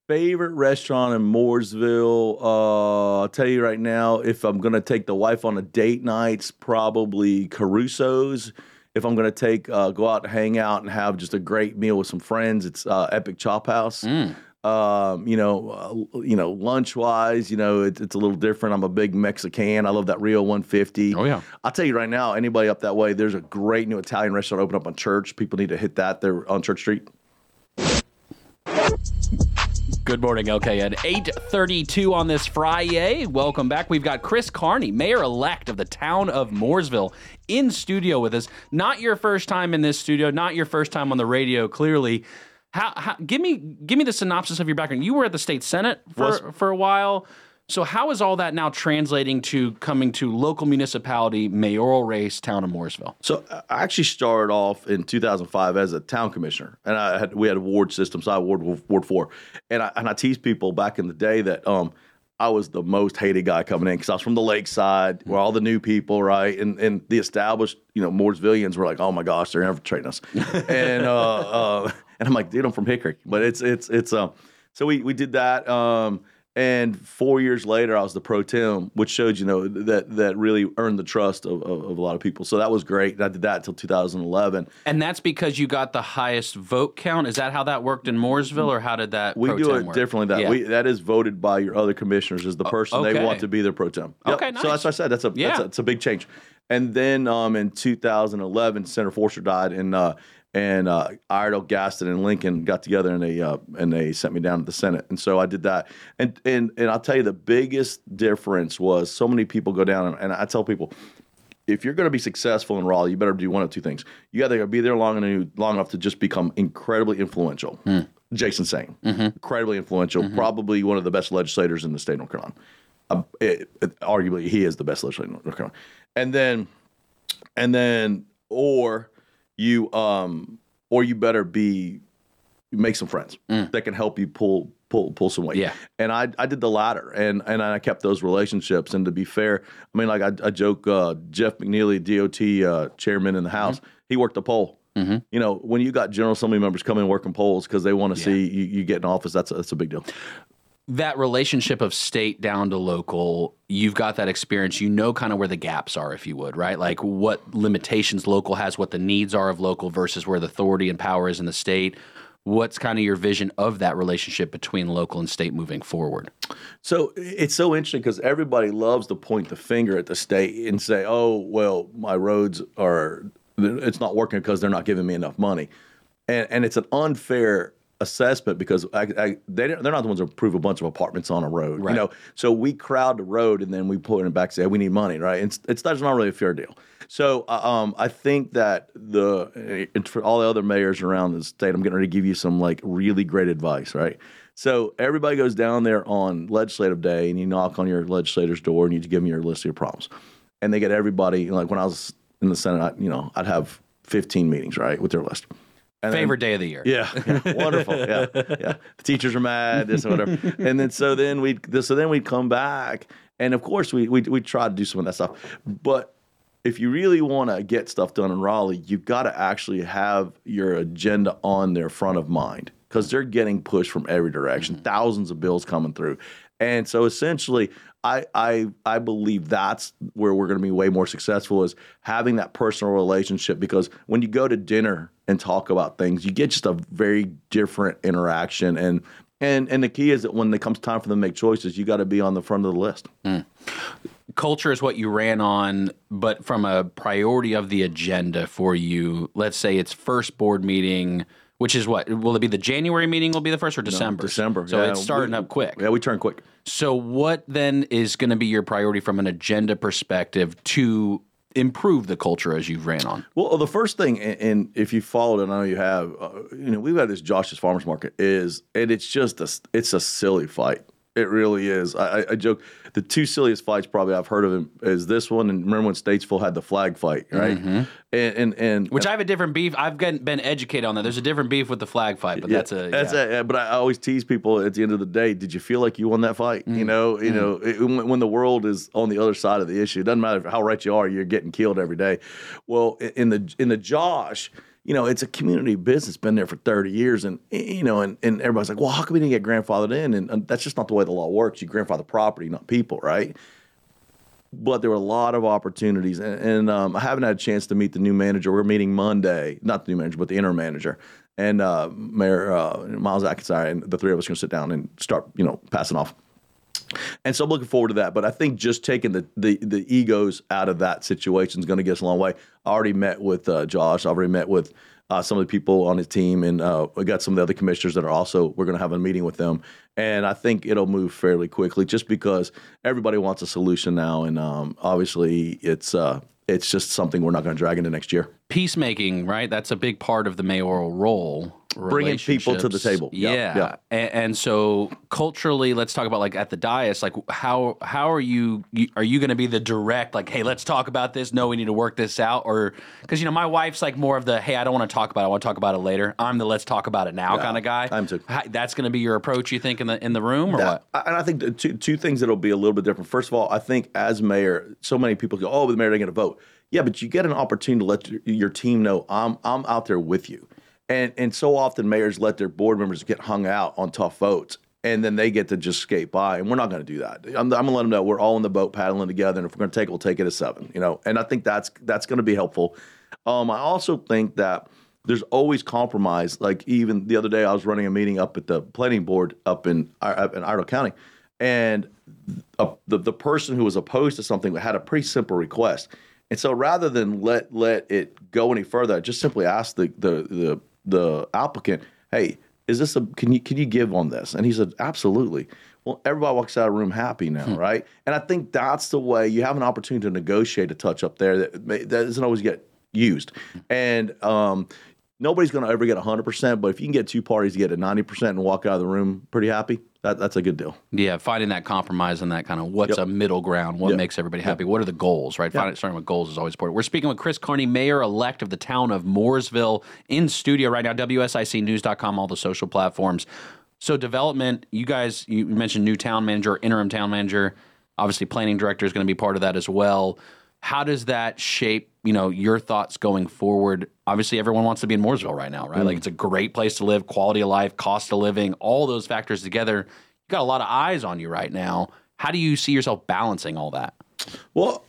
J: Favorite restaurant in Mooresville? Uh, I'll tell you right now, if I'm gonna take the wife on a date night, it's probably Caruso's. If I'm gonna take uh, go out and hang out and have just a great meal with some friends, it's uh, Epic Chop House.
C: Mm.
J: um, you know, uh, you know, lunch wise, you know, it's it's a little different. I'm a big Mexican. I love that Rio 150.
C: Oh, yeah.
J: I'll tell you right now, anybody up that way, there's a great new Italian restaurant opened up on Church. People need to hit that. They're on Church Street.
C: Good morning, okay. At 8:32 on this Friday, welcome back. We've got Chris Carney, mayor elect of the town of Mooresville, in studio with us. Not your first time in this studio, not your first time on the radio. Clearly, how, how give me give me the synopsis of your background. You were at the state senate for
J: Was.
C: for a while. So how is all that now translating to coming to local municipality mayoral race town of Mooresville?
J: So uh, I actually started off in 2005 as a town commissioner, and I had we had a ward system, so I ward ward four, and I and I teased people back in the day that um I was the most hated guy coming in because I was from the lakeside, where all the new people, right, and and the established, you know, Mooresvillians were like, oh my gosh, they're infiltrating us, and uh, uh and I'm like, dude, I'm from Hickory, but it's it's it's um so we we did that um. And four years later, I was the pro tem, which showed you know that that really earned the trust of, of, of a lot of people. So that was great. And I did that until 2011.
C: And that's because you got the highest vote count. Is that how that worked in Mooresville, or how did that?
J: We
C: pro
J: do
C: tem
J: it
C: work?
J: differently. That
C: Yeah. Oh,
J: we that is voted by your other commissioners as the person
C: okay.
J: they want to be their pro tem.
C: Okay,
J: So
C: nice.
J: that's what I said. That's a,
C: Yeah.
J: that's a it's a big change. And then um, in 2011, Senator Forster died, and uh, and uh, Iredell, Gaston, and Lincoln got together, and they uh, and they sent me down to the Senate, and so I did that. And and and I'll tell you, the biggest difference was so many people go down, and, and I tell people. If you're going to be successful in Raleigh, you better do one of two things. You either gotta be there long enough, long enough to just become incredibly influential. Jason Sang, incredibly influential, probably one of the best legislators in the state of North Carolina um, it, it- arguably he is the best legislator in North Carolina. And then, and then, or you, um, or you better be make some friends that can help you pull pull pull some weight.
C: Yeah.
J: And I I did the latter, and and I kept those relationships. And to be fair, I mean, like I, I joke, uh, Jeff McNeely, DOT uh, chairman in the House, he worked a poll. You know, when you got General Assembly members coming working polls because they want to see you, you get in office, that's a, that's a big deal.
C: that relationship of state down to local, you've got that experience. You know kind of where the gaps are, if you would, right? Like what limitations local has, what the needs are of local versus where the authority and power is in the state. What's kind of your vision of that relationship between local and state moving forward?
J: So it's so interesting because everybody loves to point the finger at the state and say, "Oh, well, my roads are it's not working because they're not giving me enough money," and and it's an unfair assessment because I, I, they don't- they're not the ones who approve a bunch of apartments on a road,
C: Right.
J: you know. So we crowd the road and then we put it back and say we need money, right? It's it's that's not really a fair deal. So uh, um, I think that the eh, and for all the other mayors around the state, I'm getting ready to give you some like really great advice, right? So everybody goes down there on legislative day and you knock on your legislator's door and you give them your list of your problems, and they get everybody like when I was in the Senate, I, you know, I'd have 15 meetings right with their list. And then-
C: Favorite day of the year.
J: yeah, yeah, wonderful. Yeah, yeah. The teachers are mad, this and whatever. And then so then we so then we'd come back, and of course we we we try to do some of that stuff. But if you really want to get stuff done in Raleigh, you've got to actually have your agenda on their front of mind because they're getting pushed from every direction.
C: Mm-hmm.
J: Thousands of bills coming through, and so essentially. I, I I believe that's where we're going to be way more successful is having that personal relationship because when you go to dinner and talk about things, you get just a very different interaction and and and the key is that when it comes time for them to make choices, you got to be on the front of the list.
C: culture is what you ran on, but from a priority of the agenda for you, let's say it's first board meeting Which is what? Will it be the January meeting? Will be the first or December?
J: December.
C: So
J: yeah,
C: it's starting
J: we-
C: up quick.
J: Yeah, we turn quick.
C: So what then is going to be your priority from an agenda perspective to improve the culture as you've ran on?
J: Well, the first thing, and, and if you followed, and I know you have, uh, you know, we've got this Josh's Farmers Market is, and it's just a, s- it's a silly fight. It really is. I, I- I joke the two silliest fights probably I've heard of him is this one, and remember when Statesville had the flag fight, right? And and and
C: Which I have a different beef. I've gotten, been educated on that. There's a different beef with the flag fight, but
J: Yeah,
C: that's a
J: that's
C: yeah.
J: a- yeah, But I always tease people at the end of the day. Did you feel like you won that fight?
C: Mm,
J: You know, you know, it, when, when the world is on the other side of the issue, it doesn't matter how right you are. You're getting killed every day. Well, i- in the in the Josh. You know, it's a community business, been there for 30 years. And, you know, and, and everybody's like, well, how come we didn't get grandfathered in? And, and that's just not the way the law works. You grandfather property, not people, right? but there were a lot of opportunities. And, and um, I haven't had a chance to meet the new manager. We're meeting Monday, not the new manager, but the interim manager. And uh, Mayor uh, Miles Akensire and the three of us are going to sit down and start, you know, passing off. And so I'm looking forward to that. But I think just taking the the, the egos out of that situation is going to get us a long way. I already met with uh, Josh. I already met with uh, some of the people on his team, and uh, we got some of the other commissioners that are also. We're going to have a meeting with them, and I think it'll move fairly quickly, just because everybody wants a solution now, and um, obviously it's uh, it's just something we're not going to drag into next year.
C: peacemaking, right? That's a big part of the mayoral role.
J: Bringing people to the
C: relationships.
J: table. Yeah,
C: yeah.
J: yeah.
C: A- And, so culturally, let's talk about like at the dais, like how how are you, you are you going to be the direct like, hey, let's talk about this. No, we need to work this out, or because you know my wife's like more of the hey, I don't want to talk about it. I want to talk about it later. I'm the let's talk about it now kind of guy.
J: I'm too.
C: Hi- That's going to be your approach, you think in the in the room or what?
J: I- and I think the two two things that'll be a little bit different. First of all, I think as mayor, so many people go, "Oh, the mayor didn't get a vote." Yeah, but you get an opportunity to let your, your team know I'm I'm out there with you, and and so often mayors let their board members get hung out on tough votes, and then they get to just skate by, and we're not going to do that. I'm, I'm going to let them know we're all in the boat paddling together, and if we're going to take, it, we'll take it at seven, you know. And I think that's that's going to be helpful. Um, I also think that there's always compromise. Like even the other day, I was running a meeting up at the planning board up in uh, up in Iredell County, and a, the the person who was opposed to something had a pretty simple request. And so rather than let let it go any further, I just simply asked the the the, the applicant, "Hey, is this a can you can you give on this?" And he said, "Absolutely." Well, everybody walks out of the room happy now, right? And I think that's the way you have an opportunity to negotiate a touch up there that may, that doesn't always get used. And um, nobody's going to ever get 100%, but if you can get two parties to get a 90% and walk out of the room pretty happy, that, that's a good deal.
C: Yeah, finding that compromise and that kind of what's a
J: Yep.
C: middle ground, what
J: Yep.
C: makes everybody happy, what are the goals, right? Finding, starting with goals is always important. We're speaking with Chris Carney, mayor elect of the town of Mooresville, in studio right now, WSICnews.com, all the social platforms. So, development, you guys, you mentioned new town manager, interim town manager. Obviously, planning director is going to be part of that as well. How does that shape, you know, your thoughts going forward? Obviously, everyone wants to be in Mooresville right now, right? Like it's a great place to live, quality of life, cost of living, all those factors together you got a lot of eyes on you right now. How do you see yourself balancing all that?
J: Well,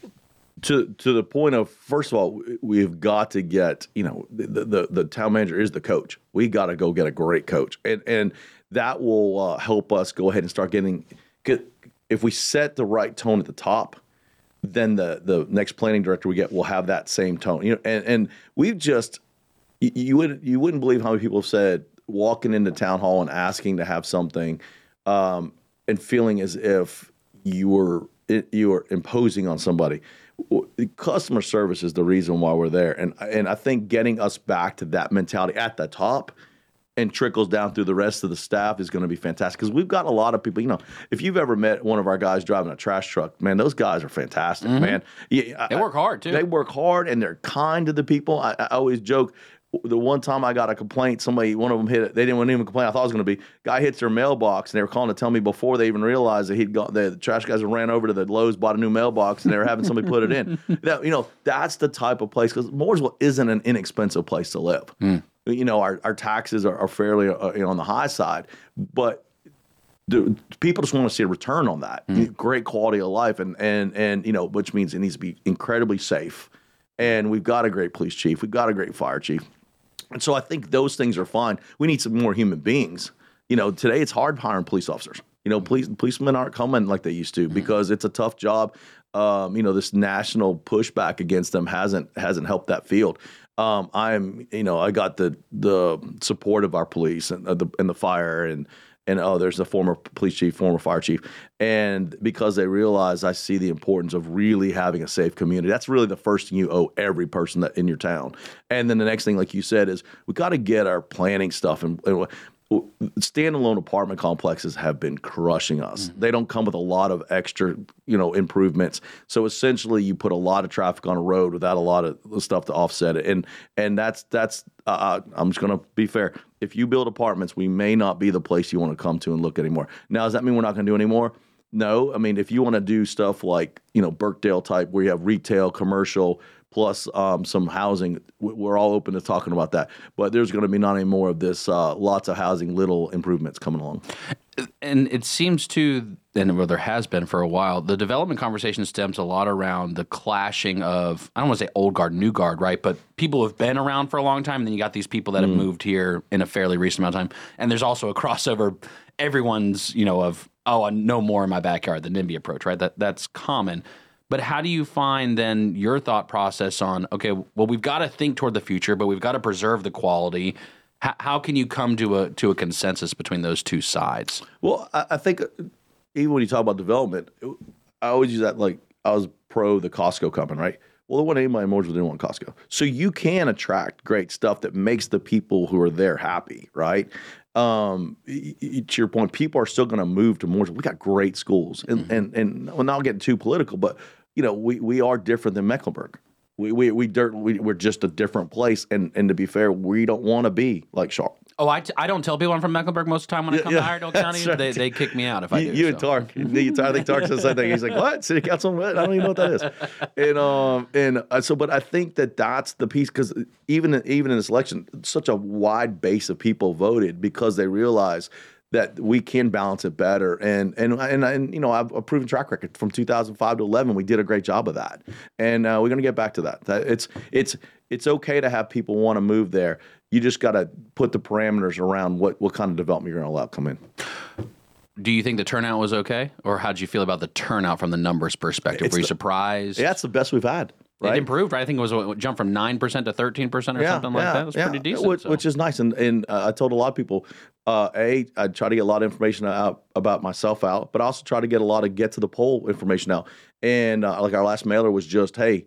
J: to to the point of first of all, we've got to get you know the the, the town manager is the coach. We got to go get a great coach, and and that will uh, help us go ahead and start getting. Get, if we set the right tone at the top, then the the next planning director we get will have that same tone. You know, and and we've just you, you would you wouldn't believe how many people have said walking into town hall and asking to have something um, and feeling as if you were it- you were imposing on somebody. W- Customer service is the reason why we're there, and and I think getting us back to that mentality at the top and trickles down through the rest of the staff is going to be fantastic because we've got a lot of people. You know, if you've ever met one of our guys driving a trash truck, man, those guys are fantastic, man. Yeah, I-
C: Mm-hmm. They work hard, too.
J: They work hard and they're kind to the people. I, I always joke. The one time I got a complaint, somebody, one of them hit it. They didn't want to even complain. I thought it was going to be. Guy hits their mailbox, and they were calling to tell me before they even realized that he'd gone. The, the trash guys ran over to the Lowe's, bought a new mailbox, and they were having somebody put it in. That you know, that's the type of place because Mooresville isn't an inexpensive place to live. You know, our, our taxes are, are fairly uh, you know, on the high side, but the, people just want to see a return on that You know, great quality of life and and and you know which means it needs to be incredibly safe and we've got a great police chief we've got a great fire chief and so i think those things are fine we need some more human beings you know today it's hard hiring police officers you know police policemen aren't coming like they used to because it's a tough job um, you know this national pushback against them hasn't hasn't helped that field Um, I'm, you know, I got the the support of our police and uh, the and the fire and and oh, there's a former police chief, former fire chief, and because they realize I see the importance of really having a safe community. That's really the first thing you owe every person that in your town. And then the next thing, like you said, is we got to get our planning stuff and. and standalone apartment complexes have been crushing us. They don't come with a lot of extra, you know, improvements. So essentially, you put a lot of traffic on a road without a lot of stuff to offset it. And and that's that's uh, I'm just gonna be fair. If you build apartments, we may not be the place you want to come to and look anymore. Now, does that mean we're not gonna do anymore? No, I mean if you want to do stuff like you know Burkdale type, where you have retail, commercial, plus um, some housing, w- we're all open to talking about that. But there's going to be not any more of this. Uh, lots of housing, little improvements coming along.
C: and it seems to and well there has been for a while the development conversation stems a lot around the clashing of i don't want to say old guard new guard right but people who have been around for a long time and then you got these people that have moved here in a fairly recent amount of time and there's also a crossover everyone's you know of oh no more in my backyard the nimby approach right that that's common but how do you find then your thought process on okay well we've got to think toward the future but we've got to preserve the quality how, how can you come to a to a consensus between those two sides
J: Well, I, I think uh, even when you talk about development, it- I always use that like I was pro the Costco coming, right? Well, they wanted anybody in Mooresville didn't want Costco. So you can attract great stuff that makes the people who are there happy, right? Um, y- y- to your point, people are still going to move to Mooresville. We got great schools, and and and well, not getting too political, but you know, we we are different than Mecklenburg. We we we dirt. We, we're just a different place, and and to be fair, we don't want to be like Charlotte.
C: Oh, I, t- I don't tell people I'm from Mecklenburg most of the time when I
J: Yeah,
C: come
J: yeah.
C: to Iredell County.
J: *laughs* That's
C: they,
J: right.
C: they kick me out if I
J: you,
C: do.
J: you
C: so.
J: and Tark, you, I think Tark says that thing. He's like, "What? City council? What? I don't even know what that is." And um, and uh, so, but I think that that's the piece because even even in this election, such a wide base of people voted because they realize that we can balance it better. And and and, and you know, I've a proven track record from 2005 to 11. We did a great job of that, and uh, we're going to get back to that. That it's it's it's okay to have people want to move there. You just got to put the parameters around what what kind of development you're going to allow come in.
C: Do you think the turnout was okay? Or how did you feel about the turnout from the numbers perspective? Were you surprised?
J: Yeah, that's the best we've had. Right?
C: It improved, right? I think it was what, what, jumped from 9% to 13% or something like that. It was pretty decent.
J: Which,
C: so.
J: which is nice. And, and uh, I told a lot of people, uh, A, I try to get a lot of information out about myself out, but I also try to get a lot of get to the poll information out. And uh, like our last mailer was just, hey,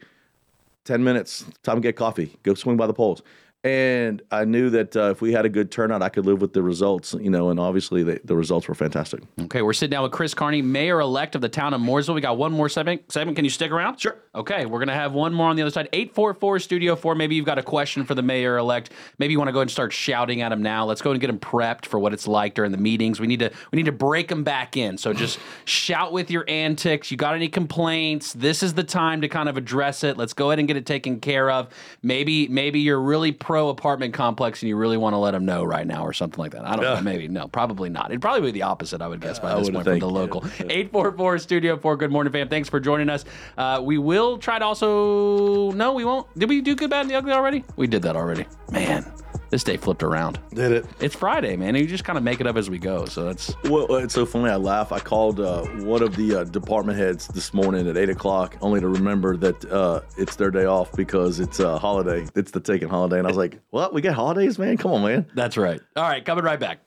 J: 10 minutes, time to get coffee, go swing by the polls. And I knew that uh, if we had a good turnout, I could live with the results, you know, and obviously the, the results were fantastic.
C: okay, we're sitting down with Chris Carney, mayor elect of the town of Mooresville. We got one more segment. Segment, can you stick around? Sure. Okay, we're going to have one more on the other side. 844 Studio 4. Maybe you've got a question for the mayor elect. Maybe you want to go and start shouting at him now. Let's go and get him prepped for what it's like during the meetings. We need to we need to break him back in. So just shout with your antics. You got any complaints? This is the time to kind of address it. Let's go ahead and get it taken care of. Maybe maybe you're really pro apartment complex and you really want to let him know right now or something like that. I don't know. Maybe no, probably not. It'd probably be the opposite, I would guess, by
J: I
C: this
J: would
C: point from
J: think,
C: the
J: yeah.
C: local. 844 Studio 4. Good morning, fam. Thanks for joining us. Uh, we will try to also. No, we won't. Did we do Good, Bad, and the Ugly already? We did that already. Man, this day flipped around.
J: Did it.
C: It's Friday, man. and You just kind of make it up as we go. So that's.
J: Well, it's so funny. I laugh. I called uh, one of the uh, department heads this morning at eight o'clock, only to remember that uh, it's their day off because it's a holiday. It's the taking holiday, and I was like, "What? We got holidays, man? Come on, man."
C: That's right. All right, coming right back.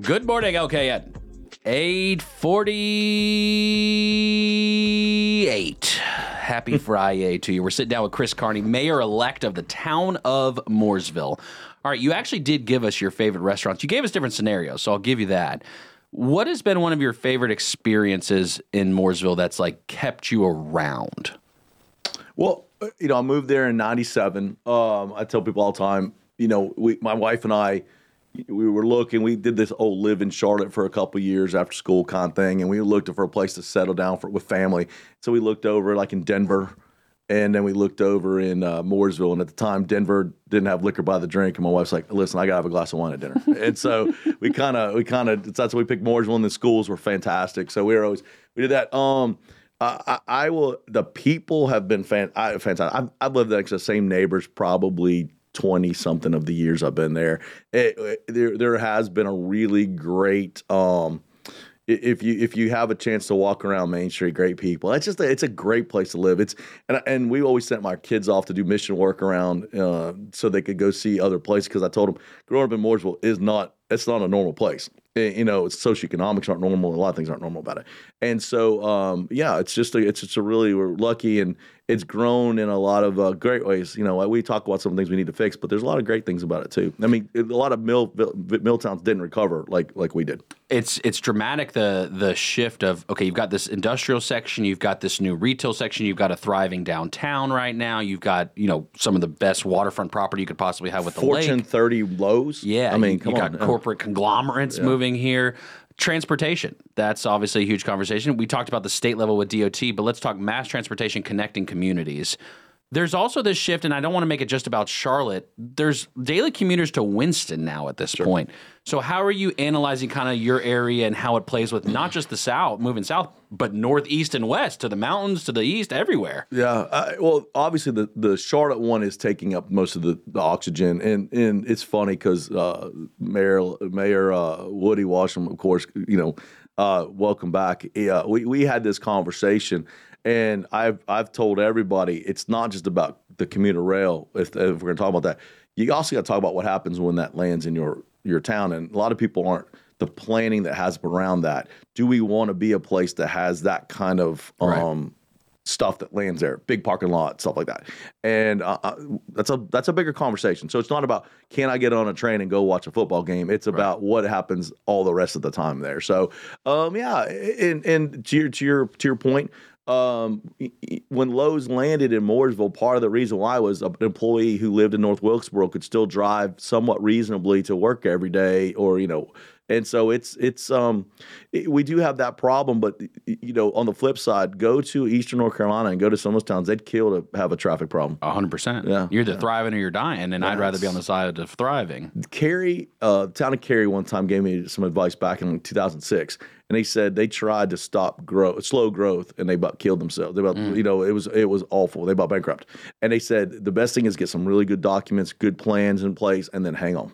C: Good morning, LKN. 848. Happy Friday to you. We're sitting down with Chris Carney, mayor elect of the town of Mooresville. All right, you actually did give us your favorite restaurants. You gave us different scenarios, so I'll give you that. What has been one of your favorite experiences in Mooresville that's like kept you around?
J: Well, uh, you know, I moved there in '97. Um, I tell people all the time, you know, we, my wife and I, we were looking. We did this old live in Charlotte for a couple years after school kind of thing, and we looked for a place to settle down for with family. So we looked over like in Denver, and then we looked over in uh, Mooresville. And at the time, Denver didn't have liquor by the drink, and my wife's like, "Listen, I gotta have a glass of wine at dinner." *laughs* and so we kind of, we kind of, that's why we picked Mooresville. And the schools were fantastic, so we were always we did that. Um. I, I I will. The people have been fan, I, fantastic. I've, I've lived next to the same neighbors probably twenty something of the years I've been there. It- it- there, there has been a really great. Um, i- i- if you if you have a chance to walk around Main Street, great people. It's just a, it's a great place to live. It's and and we always sent my kids off to do mission work around uh, so they could go see other places because I told them growing up in Mooresville is not it's not a normal place. Eh, You know, it's socioeconomics aren't normal. A lot of things aren't normal about it. And so, um, yeah, it's just a, it's just a really we're lucky and it's grown in a lot of uh, great ways. You know, we talk about some things we need to fix, but there's a lot of great things about it too. I mean, a lot of mill mill- milltowns didn't recover like like we did.
C: it's it's dramatic the the shift of okay you've got this industrial section you've got this new retail section you've got a thriving downtown right now you've got you know some of the best waterfront property you could possibly have with the
J: Fortune
C: lake
J: 30 lows.
C: yeah
J: I mean,
C: you,
J: come
C: you
J: on.
C: got corporate conglomerates moving here transportation that's obviously a huge conversation we talked about the state level with DOT but let's talk mass transportation connecting communities there's also this shift and I don't want to make it just about Charlotte there's daily commuters to Winston now at this point so how are you analyzing kind of your area and how it plays with not just the south moving south but northeast and west to the mountains to the east everywhere
J: Yeah. I, well, obviously the, the Charlotte one is taking up most of the, the oxygen, and and it's funny because uh, Mayor Mayor uh, Woody Washam, of course, you know, uh, welcome back. Yeah, we we had this conversation, and I've I've told everybody it's not just about the commuter rail. If, if we're going to talk about that, you also got to talk about what happens when that lands in your your town, and a lot of people aren't. The planning that has around that. Do we want to be a place that has that kind of um,
C: Right.
J: stuff that lands there, big parking lot, stuff like that. And uh, uh, that's a that's a bigger conversation. So it's not about can I get on a train and go watch a football game. It's about what happens all the rest of the time there. So um, yeah, and and to your to your to your point. Um, y- y- when Lowe's landed in Mooresville, part of the reason why was an employee who lived in North Wilkesboro could still drive somewhat reasonably to work every day, or you know, and so it's it's um it- we do have that problem, but you know on the flip side, go to Eastern North Carolina and go to some of those towns, they'd kill to have a traffic problem.
C: 100%
J: Yeah,
C: you're either thriving or you're dying and I'd rather be on the side of thriving
J: Cary, uh, town of Cary, one time gave me some advice back in like 2006, and they said they tried to stop growth, slow growth, and they about killed themselves. They about, you know, it was it was awful. They about bankrupt, and they said the best thing is get some really good documents, good plans in place, and then hang on.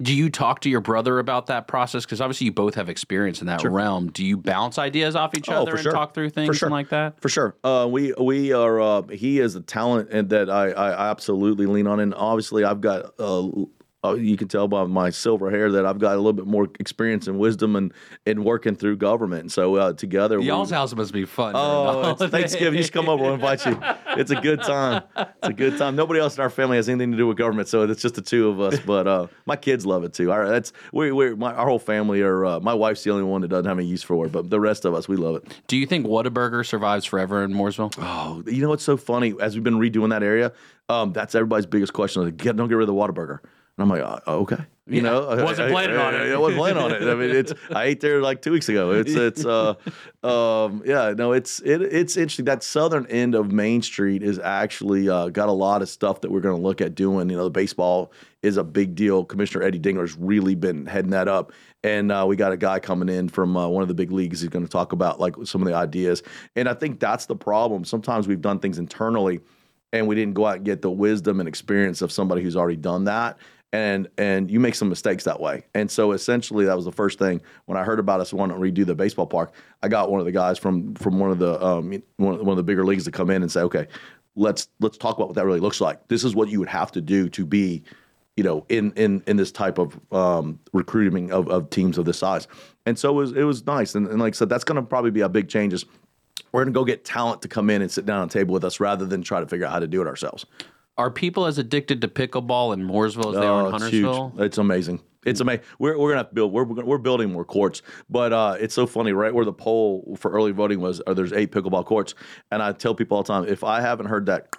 C: Do you talk to your brother about that process? Because obviously you both have experience in that realm. Do you bounce ideas off each
J: Oh,
C: other
J: for
C: and
J: sure.
C: talk through things
J: sure.
C: and like that?
J: For sure. Uh, we we are. Uh, he is a talent, and that I, I absolutely lean on. And obviously, I've got. Uh, uh, you can tell by my silver hair that I've got a little bit more experience and wisdom and in working through government. So uh, together,
C: Y'all's
J: we,
C: house must be fun.
J: Oh, it's Thanksgiving. You should come over. We'll invite you. It's a good time. It's a good time. Nobody else in our family has anything to do with government, so it's just the two of us. But uh, my kids love it too. All right, that's we we my our whole family are. Uh, my wife's the only one that doesn't have any use for it, but the rest of us we love it.
C: Do you think Whataburger survives forever in Mooresville?
J: Oh, you know what's so funny? As we've been redoing that area, um, that's everybody's biggest question. Like, get, don't get rid of the Whataburger. And I'm like, uh, okay. You know, I-
C: Wasn't
J: I-
C: planning
J: I-
C: on it.
J: I wasn't planning on it. I mean, it's I ate there like two weeks ago. It's it's uh, um, yeah, no, it's it, it's interesting. That southern end of Main Street is actually uh, got a lot of stuff that we're going to look at doing. You know, the baseball is a big deal. Commissioner Eddie Dingler's really been heading that up, and uh, we got a guy coming in from uh, one of the big leagues. He's going to talk about like some of the ideas, and I think that's the problem. Sometimes we've done things internally and we didn't go out and get the wisdom and experience of somebody who's already done that and and you make some mistakes that way and so essentially that was the first thing when i heard about us wanting to redo the baseball park i got one of the guys from from one of the um one of, one of the bigger leagues to come in and say okay let's let's talk about what that really looks like this is what you would have to do to be you know, in in in this type of um, recruiting of, of teams of this size. And so it was it was nice. And, and like I said, that's going to probably be a big change. Is we're going to go get talent to come in and sit down at a table with us rather than try to figure out how to do it ourselves.
C: Are people as addicted to pickleball in Mooresville as they are in
J: Oh, it's
C: Huntersville?
J: It's amazing. It's amazing. We're, we're gonna have to build. We're, we're gonna- we're building more courts, but uh, it's so funny. Right where the poll for early voting was, are there's eight pickleball courts, and I tell people all the time, if I haven't heard that,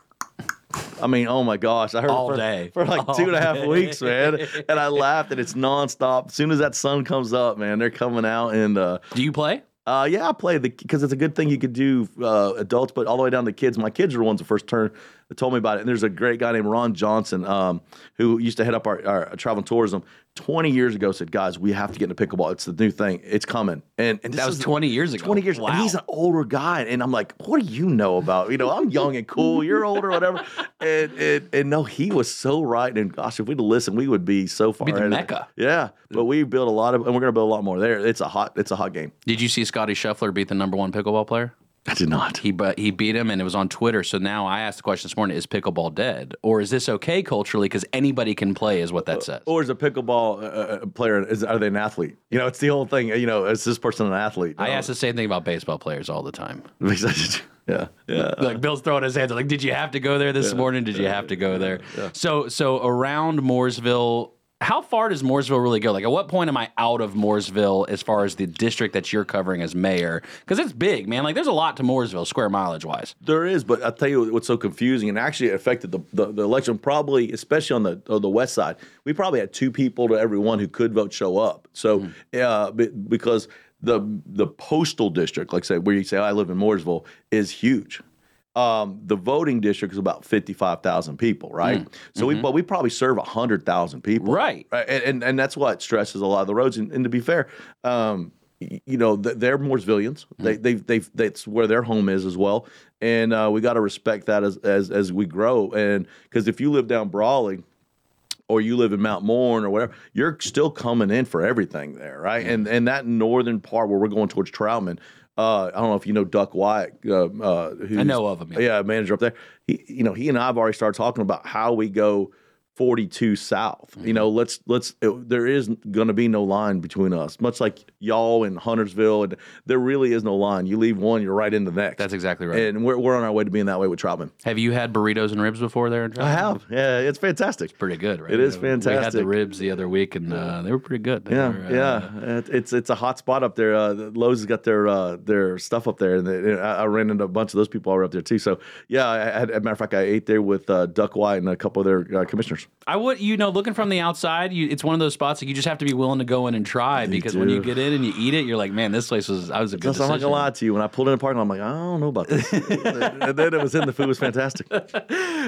J: I mean, oh my gosh, I heard it
C: All
J: for,
C: day.
J: for like
C: All
J: two and a half
C: day.
J: weeks, man, and I laughed, and it's nonstop. As soon as that sun comes up, man, they're coming out and. Uh,
C: Do you play?
J: uh, yeah, I play the because it's a good thing you could do uh, adults, but all the way down to kids. My kids are the ones that first turn that told me about it. And there's a great guy named Ron Johnson um, who used to head up our, our travel and tourism 20 years ago. Said, guys, we have to get into pickleball. It's the new thing. It's coming. And, and this
C: That was
J: is-
C: 20 years ago.
J: 20 years.
C: Wow.
J: And he's an older guy, and I'm like, what do you know about? You know, I'm young and cool. You're older, whatever. And and, and no, he was so right. And gosh, if we'd listened, we would be so far.
C: Be the
J: ahead of-
C: mecca.
J: Yeah, but we built a lot of, and we're gonna build a lot more there. It's a hot, it's a hot game.
C: Did you see Scotty Scheffler beat the number one pickleball player?
J: I did not.
C: He but he beat him, and it was on Twitter. So now I asked the question this morning: Is pickleball dead, or is this okay culturally because anybody can play? Is what that says.
J: Or is a pickleball uh, uh, player? Is, are they an athlete? You know, it's the whole thing. You know, is this person an athlete?
C: I ask the same thing about baseball players all the time.
J: asked. *laughs* yeah, yeah.
C: Like Bill's throwing his hands up, like, did you have to go there this morning? Did you have to go there? So so around Mooresville, how far does Mooresville really go? Like at what point am I out of Mooresville as far as the district that you're covering as mayor? Because it's big, man. Like there's a lot to Mooresville square mileage wise.
J: There is, but I tell you what's so confusing, and actually it affected the, the, the election probably, especially on the on the west side. We probably had two people to every one who could vote show up. So,
C: Hmm.
J: uh, be- because the the postal district, like say where you say "Oh, I live in Mooresville, is huge. Um, the voting district is about fifty five thousand people, right?
C: Hmm.
J: So
C: Mm-hmm.
J: we but we probably serve hundred thousand people,
C: Right.
J: Right, and, and and that's what stresses a lot of the roads. And, and to be fair, um, y- you know, th- they're Mooresvillians. They they they that's where their home is as well. And uh, we got to respect that as as as we grow. And because if you live down Brawley, or you live in Mount Morn or whatever, you're still coming in for everything there, right? And and that northern part where we're going towards Troutman, uh, I don't know if you know Duck Wyatt. Uh, uh, who's-
C: know of him, yeah.
J: Yeah, manager up there. He, you know, he and I have already started talking about how we go. 42 south you
C: Mm-hmm.
J: know let's let's it- there is going to be no line between us much like y'all in huntersville and there really is no line you leave one you're right in the next
C: That's exactly right.
J: and we're, we're on our way to being that way with troutman
C: Have you had burritos and ribs before there?
J: i have yeah it's fantastic
C: Pretty good, right?
J: It is
C: We had the
J: fantastic.
C: ribs the other week, and uh, they were pretty good. They
J: Yeah,
C: were, uh,
J: yeah. It- It's it's a hot spot up there. Uh, Lowe's has got their uh, their stuff up there, and they, I, I ran into a bunch of those people over up there too. So yeah, I had, as a matter of fact, I ate there with uh, Duck White and a couple of their uh, commissioners.
C: I would, you know, looking from the outside, you, it's one of those spots that you just have to be willing to go in and try because when
J: do.
C: you get in and you eat it, you're like, man, this place was, I was a good
J: So I'm not
C: decision.
J: gonna lie to you. When I pulled in the parking lot, I'm like, I don't know
C: *laughs*
J: about this. and then it was in the food was fantastic.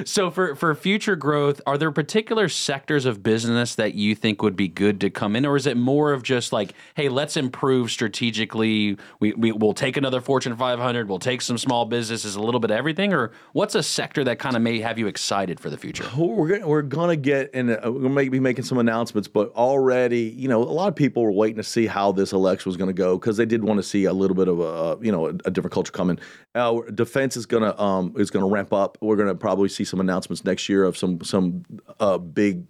C: So for for future growth, are there particular sectors of business that you think would be good to come in, or is it more of just like, hey, let's improve strategically? We, we we'll take another Fortune 500, we'll take some small businesses, a little bit of everything, or what's a sector that kind of may have you excited for the future?
J: we're gonna we're gonna get and uh, we're gonna make, be making some announcements, but already you know a lot of people were waiting to see how this election was gonna go because they did want to see a little bit of a uh, you know a, a different culture coming. Our defense is gonna um is gonna ramp up. We're gonna probably see some announcements next year of some some uh big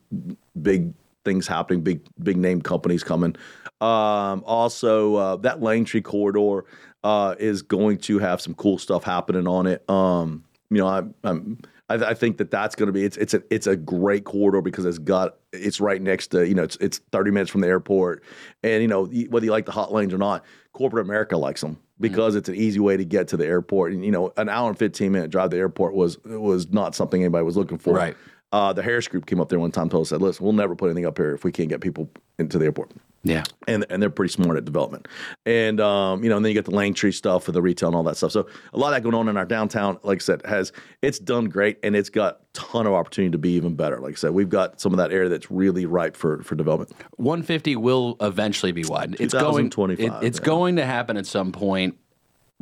J: big things happening, big big name companies coming. Um, also, uh, that Langtree corridor uh, is going to have some cool stuff happening on it. Um, you know, I, I'm. I, I think that that's going to be it's it's a it's a great corridor because it's got it's right next to you know it's it's 30 minutes from the airport and you know you- whether you like the hot lanes or not corporate America likes them because it's an easy way to get to the airport and you know an hour and 15 minute drive to the airport was was not something anybody was looking for
C: Right.
J: uh, the Harris Group came up there one time, told us, said, "Listen, we'll never put anything up here if we can't get people into the airport."
C: Yeah,
J: And and they're pretty smart at development, and um, you know, and then you get the Langtree stuff for the retail and all that stuff. So a lot of that going on in our downtown. Like I said, has it's done great, and it's got ton of opportunity to be even better. Like I said, we've got some of that area that's really ripe for for development.
C: 150 will eventually be widened. It's going. It,
J: 2025,
C: it's
J: yeah.
C: going to happen at some point.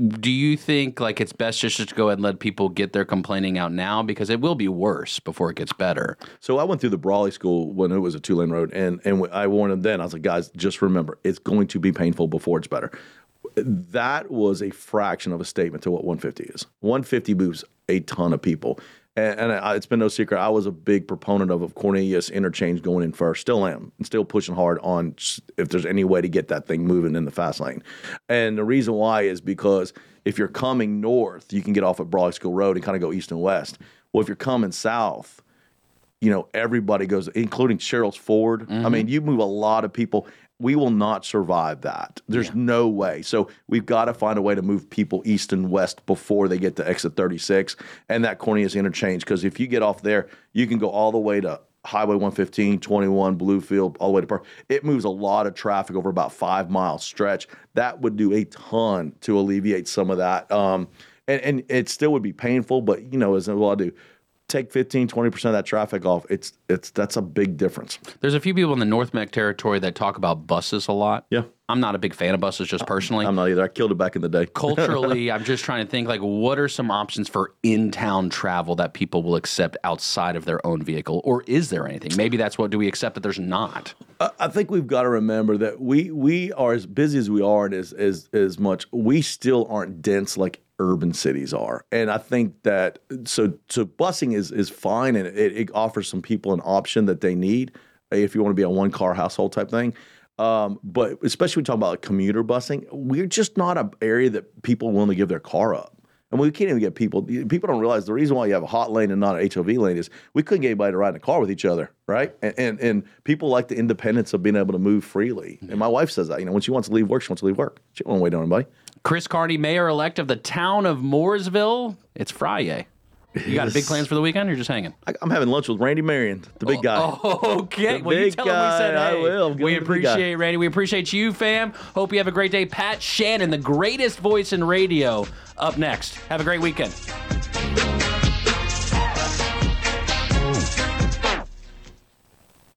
C: Do you think like it's best just to go ahead and let people get their complaining out now because it will be worse before it gets better?
J: So I went through the Brawley School when it was a two lane road, and and I warned them then. I was like, guys, just remember, it's going to be painful before it's better. That was a fraction of a statement to what 150 is. 150 moves a ton of people, and, and I, it's been no secret. I was a big proponent of, of Cornelius interchange going in first. Still am, and still pushing hard on s- if there's any way to get that thing moving in the fast lane. And the reason why is because if you're coming north, you can get off at Brawley School Road and kind of go east and west. Well, if you're coming south, you know, everybody goes, including Cheryl's Ford. I mean, you move a lot of people. We will not survive that. There's no way. So we've got to find a way to move people east and west before they get to exit 36 and that corneas interchange. Because if you get off there, you can go all the way to Highway 115, 21, Bluefield, all the way to Park. It moves a lot of traffic over about five mile stretch. That would do a ton to alleviate some of that. Um, and, and it still would be painful, but you know, as well I do take 15, 20% of that traffic off, it's it's that's a big difference.
C: There's a few people in the North Mac territory that talk about buses a lot.
J: Yeah.
C: I'm not a big fan of buses just personally.
J: I'm *laughs* not either. I killed it back in the day.
C: Culturally, I'm just trying to think like what are some options for in-town travel that people will accept outside of their own vehicle or is there anything? Maybe that's what do we accept that there's not.
J: I- I think we've got to remember that we we are as busy as we are and as as as much we still aren't dense like urban cities are. And I think that so so busing is is fine and it, it offers some people an option that they need eh, if you want to be a one car household type thing. Um, but especially when we talk about commuter busing, we're just not an area that people are willing to give their car up. And we can't even get people. People don't realize the reason why you have a hot lane and not an HOV lane is we couldn't get anybody to ride in a car with each other, right? And, and and people like the independence of being able to move freely. And my wife says that. You know, when she wants to leave work, she wants to leave work. She don't want to wait on anybody.
C: Chris Carney, mayor elect of the town of Mooresville. It's Friday. You got big plans for the weekend? You're just hanging.
J: I, I'm having lunch with Randy Marion, the big guy.
C: Okay.
J: The
C: well, you
J: big
C: tell him we said
J: guy, I
C: hey.
J: will. I'm giving
C: We
J: him the big guy.
C: appreciate Randy. We appreciate you, fam. Hope you have a great day. Pat Shannon, the greatest voice in radio, up next. Have a great weekend.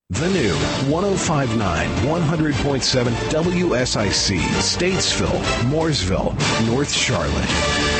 K: The new 1059 100.7 WSIC, Statesville, Mooresville, North Charlotte.